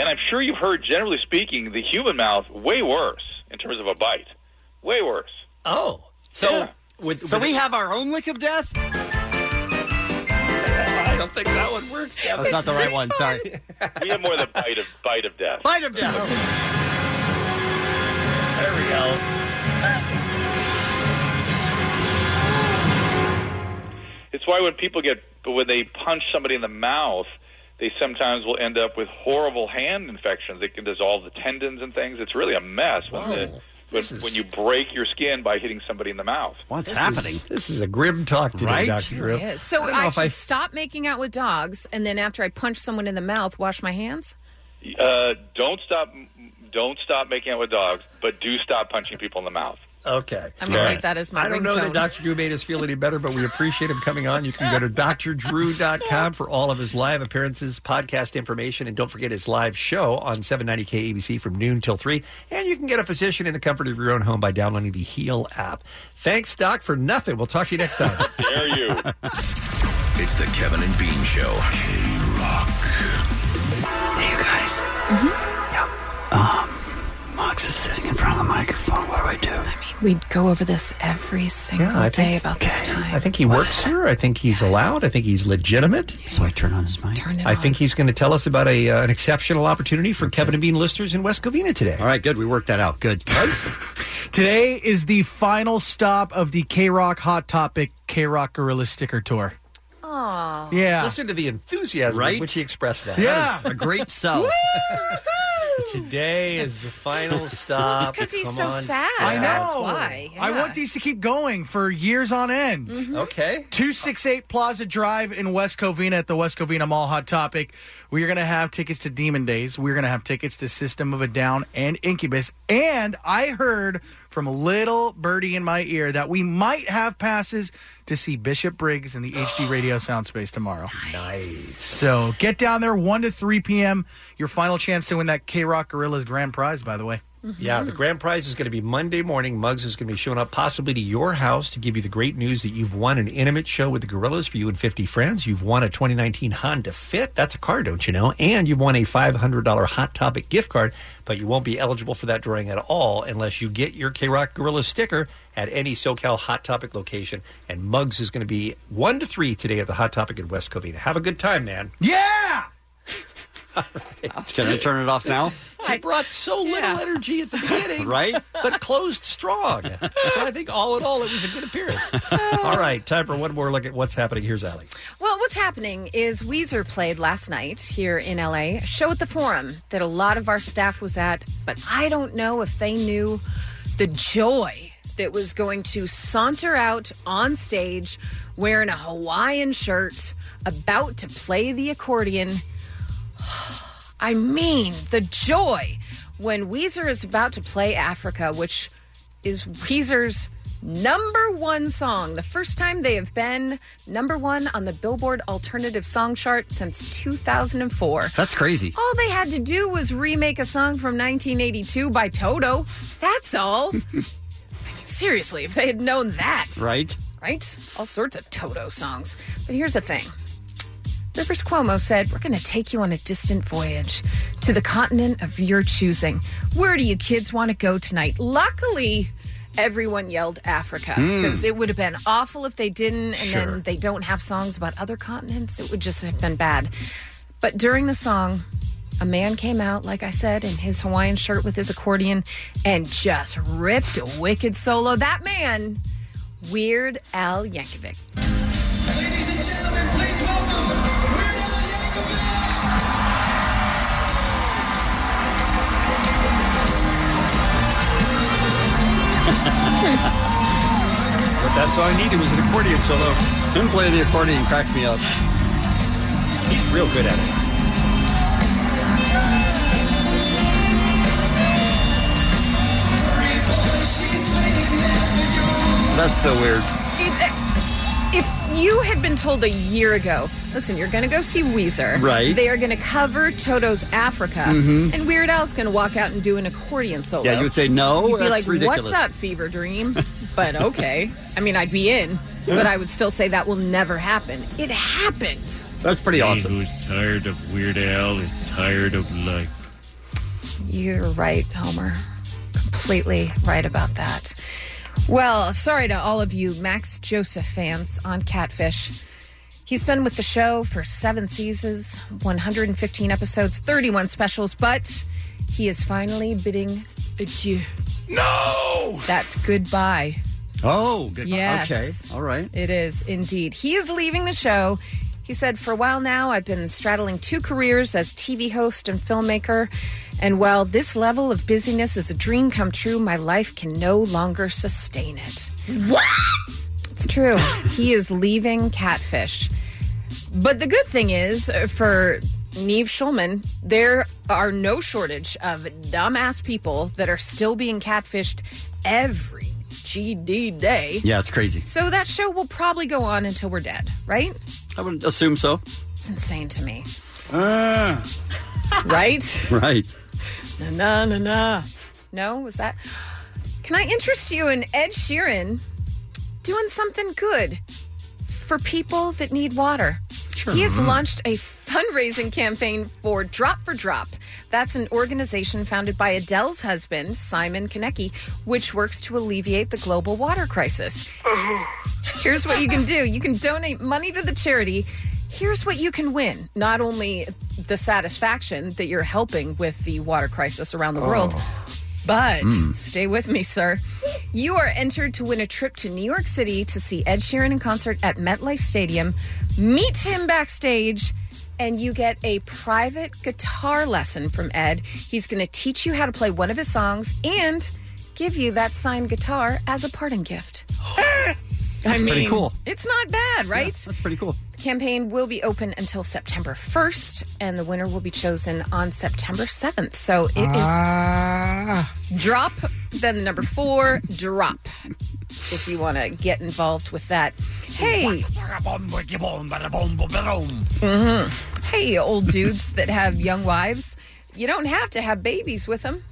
[SPEAKER 18] And I'm sure you've heard, generally speaking, the human mouth way worse in terms of a bite. Way worse.
[SPEAKER 12] Oh.
[SPEAKER 11] So, so we have our own lick of death? I
[SPEAKER 12] don't think that one works.
[SPEAKER 11] That's not the right one. Sorry.
[SPEAKER 18] we have more the bite of bite of death.
[SPEAKER 11] Bite of death.
[SPEAKER 12] There we go.
[SPEAKER 18] It's why when people get when they punch somebody in the mouth, they sometimes will end up with horrible hand infections. They can dissolve the tendons and things. It's really a mess when, the, when, when you break your skin by hitting somebody in the mouth.
[SPEAKER 11] What's
[SPEAKER 12] happening? this is a grim talk today,
[SPEAKER 18] Right?
[SPEAKER 12] Dr. Drew.
[SPEAKER 14] Yes. So
[SPEAKER 12] I
[SPEAKER 14] I,
[SPEAKER 12] don't know if
[SPEAKER 14] should
[SPEAKER 12] I-
[SPEAKER 14] stop making out with dogs, and then after I punch someone in the mouth, wash my hands.
[SPEAKER 18] Uh, don't stop. Don't stop making out with dogs, but do stop punching people in the mouth.
[SPEAKER 12] Okay.
[SPEAKER 14] I'm gonna write that as my
[SPEAKER 12] I don't know that
[SPEAKER 14] ringtone.
[SPEAKER 12] Dr. Drew made us feel any better, but we appreciate him coming on. You can go to drdrew.com for all of his live appearances, podcast information, and don't forget his live show on 790K ABC from noon till 3. And you can get a physician in the comfort of your own home by downloading the Heal app. Thanks, Doc, for nothing. We'll talk to you next time.
[SPEAKER 18] Dare you?
[SPEAKER 4] It's the Kevin and Bean Show.
[SPEAKER 16] Hey, you guys. Yeah. Um, Mox is sitting in front of the microphone. What do I do?
[SPEAKER 14] We'd go over this every single
[SPEAKER 12] I
[SPEAKER 14] day
[SPEAKER 12] think-
[SPEAKER 14] about this time.
[SPEAKER 12] I think he works here. I think he's allowed. I think he's legitimate.
[SPEAKER 16] So I turn on his mic.
[SPEAKER 14] Turn
[SPEAKER 12] I think he's going to tell us about a uh, an exceptional opportunity for Kevin and Bean listeners in West Covina today. All
[SPEAKER 16] right, good. We worked that out. Good.
[SPEAKER 21] Today is the final stop of the K Rock Hot Topic K Rock Gorilla Sticker Tour.
[SPEAKER 14] Aw.
[SPEAKER 21] Yeah.
[SPEAKER 12] Listen to the enthusiasm with
[SPEAKER 21] Right?
[SPEAKER 12] which he expressed that.
[SPEAKER 21] Yeah.
[SPEAKER 12] That is
[SPEAKER 21] a great sell.
[SPEAKER 12] Today is the final stop. Come on.
[SPEAKER 1] I know.
[SPEAKER 12] That's
[SPEAKER 1] why. I want these to keep going for years on end.
[SPEAKER 12] Mm-hmm. Okay.
[SPEAKER 1] 268 Plaza Drive in West Covina at the West Covina Mall Hot Topic. We are going to have tickets to Demon Days. We're going to have tickets to System of a Down and Incubus. And I heard from a little birdie in my ear that we might have passes to see Bishop Briggs in the HD Radio Sound Space tomorrow.
[SPEAKER 12] Nice.
[SPEAKER 1] So get down there 1 to 3 p.m. Your final chance to win that K Rock Gorillas grand prize, by the way.
[SPEAKER 12] Yeah, the grand prize is going to be Monday morning. Muggs is going to be showing up possibly to your house to give you the great news that you've won an intimate show with the Gorillas for you and 50 friends. You've won a 2019 Honda Fit. That's a car, don't you know? And you've won a $500 Hot Topic gift card, but you won't be eligible for that drawing at all unless you get your K Rock Gorilla sticker at any SoCal Hot Topic location. And Muggs is going to be 1 to 3 today at the Hot Topic in West Covina. Have a good time, man.
[SPEAKER 1] Yeah!
[SPEAKER 11] Can I turn it off now?
[SPEAKER 12] He brought so little energy at the beginning,
[SPEAKER 11] Right?
[SPEAKER 12] But closed strong. So I think all in all, it was a good appearance. all right, time for one more look at what's happening. Here's Allie.
[SPEAKER 14] Well, what's happening is Weezer played last night here in LA, a show at the Forum that a lot of our staff was at, but I don't know if they knew the joy that was going to saunter out on stage wearing a Hawaiian shirt, about to play the accordion. I mean, the joy when Weezer is about to play Africa, which is Weezer's number one song. The first time they have been number one on the Billboard Alternative Song Chart since 2004.
[SPEAKER 11] That's crazy.
[SPEAKER 14] All they had to do was remake a song from 1982 by Toto. That's all. I mean, seriously, if they had known that,
[SPEAKER 11] Right?
[SPEAKER 14] right? All sorts of Toto songs. But here's the thing Rivers Cuomo said, We're going to take you on a distant voyage to the continent of your choosing. Where do you kids want to go tonight? Luckily, everyone yelled Africa
[SPEAKER 10] Mm.
[SPEAKER 14] because it would have been awful if they didn't, and
[SPEAKER 10] Sure.
[SPEAKER 14] then they don't have songs about other continents. It would just have been bad. But during the song, a man came out, like I said, in his Hawaiian shirt with his accordion and just ripped a wicked solo. That man, Weird Al Yankovic.
[SPEAKER 11] Mm-hmm. What that song needed was an accordion solo. Him playing the accordion cracks me up. He's real good at it. That's so weird.
[SPEAKER 14] uh, If you had been told a year ago, listen, you're going to go see Weezer.
[SPEAKER 11] Right.
[SPEAKER 14] They are going to cover Toto's Africa.
[SPEAKER 11] Mhm.
[SPEAKER 14] And Weird Al's going to walk out and do an accordion solo.
[SPEAKER 11] Yeah, you would say, "No,
[SPEAKER 14] You'd be
[SPEAKER 11] that's
[SPEAKER 14] like,
[SPEAKER 11] ridiculous."
[SPEAKER 14] what's up, Fever Dream? But okay. I mean, I'd be in, but I would still say that will never happen. It happened.
[SPEAKER 11] That's pretty awesome.
[SPEAKER 15] Who's tired of Weird Al is tired of life.
[SPEAKER 14] You're right, Homer. Completely right about that. Well, sorry to all of you Max Joseph fans on Catfish. He's been with the show for seven seasons, 115 episodes, 31 specials, but he is finally bidding adieu. No! That's goodbye.
[SPEAKER 11] Oh, good.
[SPEAKER 14] Yes.
[SPEAKER 11] Okay. All right.
[SPEAKER 14] It is indeed. He is leaving the show. He said, For a while now, I've been straddling two careers as TV host and filmmaker. And while this level of busyness is a dream come true, my life can no longer sustain it. What? It's true. he is leaving Catfish. But the good thing is uh, for Neve Schulman, there are no shortage of dumbass people that are still being catfished every GD day.
[SPEAKER 11] Yeah, it's crazy.
[SPEAKER 14] So that show will probably go on until we're dead, right?
[SPEAKER 11] I would assume so.
[SPEAKER 14] It's insane to me.
[SPEAKER 11] Ah.
[SPEAKER 14] right?
[SPEAKER 11] Right.
[SPEAKER 14] Na na na na. No, was that? Can I interest you in Ed Sheeran doing something good for people that need water?
[SPEAKER 10] Sure.
[SPEAKER 14] He has launched a fundraising campaign for Drop for Drop. That's an organization founded by Adele's husband, Simon Konecki, which works to alleviate the global water crisis. Here's what you can do you can donate money to the charity. Here's what you can win not only the satisfaction that you're helping with the water crisis around the world, but
[SPEAKER 10] Mm.
[SPEAKER 14] stay with me, sir. You are entered to win a trip to New York City to see Ed Sheeran in concert at MetLife Stadium, meet him backstage, and you get a private guitar lesson from Ed. He's going to teach you how to play one of his songs and give you that signed guitar as a parting gift. I
[SPEAKER 11] That's
[SPEAKER 14] mean,
[SPEAKER 11] pretty cool.
[SPEAKER 14] It's not bad, right?
[SPEAKER 11] that's pretty cool.
[SPEAKER 14] The campaign will be open until September 1st, and the winner will be chosen on September 7th. So it is
[SPEAKER 11] Ah.
[SPEAKER 14] drop, then the number four, drop, if you want to get involved with that. Hey. hmm Hey, old dudes that have young wives, you don't have to have babies with them.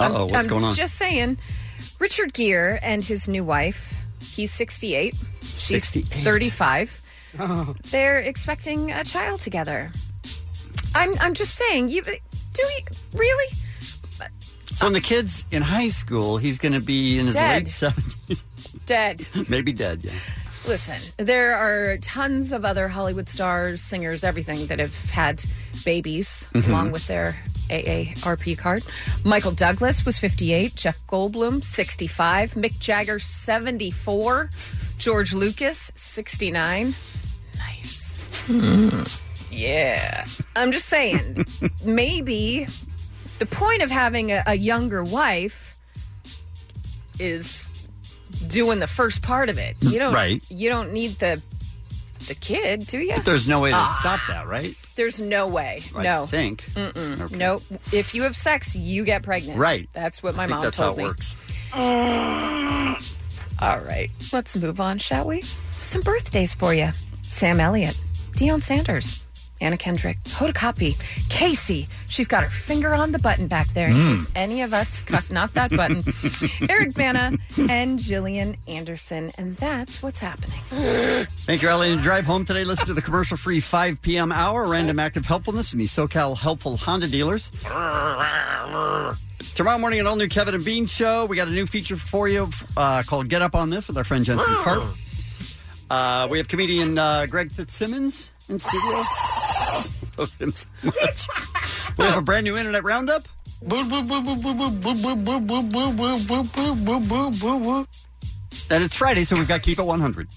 [SPEAKER 11] Uh-oh, what's
[SPEAKER 14] I'm
[SPEAKER 11] going on?
[SPEAKER 14] just saying. Richard Gere and his new wife, he's 68. She's
[SPEAKER 11] 68.
[SPEAKER 14] 35.
[SPEAKER 11] Oh.
[SPEAKER 14] They're expecting a child together. I'm, I'm just saying, you do you, really?
[SPEAKER 11] So when the kid's in high school, he's going to be in his
[SPEAKER 14] Dead.
[SPEAKER 11] late seventies,
[SPEAKER 14] Dead.
[SPEAKER 11] maybe dead. Yeah.
[SPEAKER 14] Listen, there are tons of other Hollywood stars, singers, everything that have had babies
[SPEAKER 11] Mhm.
[SPEAKER 14] along with their AARP card. Michael Douglas was 58, Jeff Goldblum 65, Mick Jagger 74, George Lucas 69.
[SPEAKER 19] Hmm.
[SPEAKER 14] Nice. yeah. I'm just saying, maybe the point of having a, a younger wife is doing the first part of it. You don't
[SPEAKER 11] Right.
[SPEAKER 14] you don't need the the kid, do you?
[SPEAKER 11] But there's no way to
[SPEAKER 14] Ah,
[SPEAKER 11] stop that, right?
[SPEAKER 14] There's no way.
[SPEAKER 11] I
[SPEAKER 14] no.
[SPEAKER 11] think.
[SPEAKER 14] Mm-mm.
[SPEAKER 11] Okay.
[SPEAKER 14] Nope. If you have sex, you get pregnant.
[SPEAKER 11] Right.
[SPEAKER 14] That's what my
[SPEAKER 11] I think
[SPEAKER 14] mom
[SPEAKER 11] that's
[SPEAKER 14] told
[SPEAKER 11] how it
[SPEAKER 14] me.
[SPEAKER 11] works.
[SPEAKER 14] All right. Let's move on, shall we? Some birthdays for you. Sam Elliott, Deion Sanders, Anna Kendrick, Hoda Kotb, Casey. She's got her finger on the button back there in
[SPEAKER 11] Hmm.
[SPEAKER 25] Mm.
[SPEAKER 14] case any of us cuss not that button. Eric Bana and Jillian Anderson. And that's what's happening.
[SPEAKER 11] Thank you, Ellie. And drive home today. Listen to the commercial free 5 p.m. hour, random active helpfulness, and the SoCal helpful Honda dealers. Tomorrow morning, an all new Kevin and Bean show. We got a new feature for you uh, called Get Up on This with our friend Jensen Karp. Uh, we have comedian uh, Greg Fitzsimmons in studio. Love him so much. We have a brand new internet roundup. And it's Friday, so we've got Keep It 100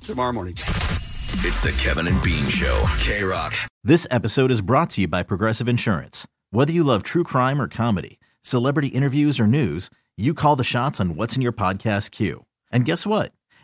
[SPEAKER 11] tomorrow morning.
[SPEAKER 2] It's the Kevin and Bean Show. K Rock.
[SPEAKER 26] This episode is brought to you by Progressive Insurance. Whether you love true crime or comedy, celebrity interviews or news, you call the shots on what's in your podcast queue. And guess what?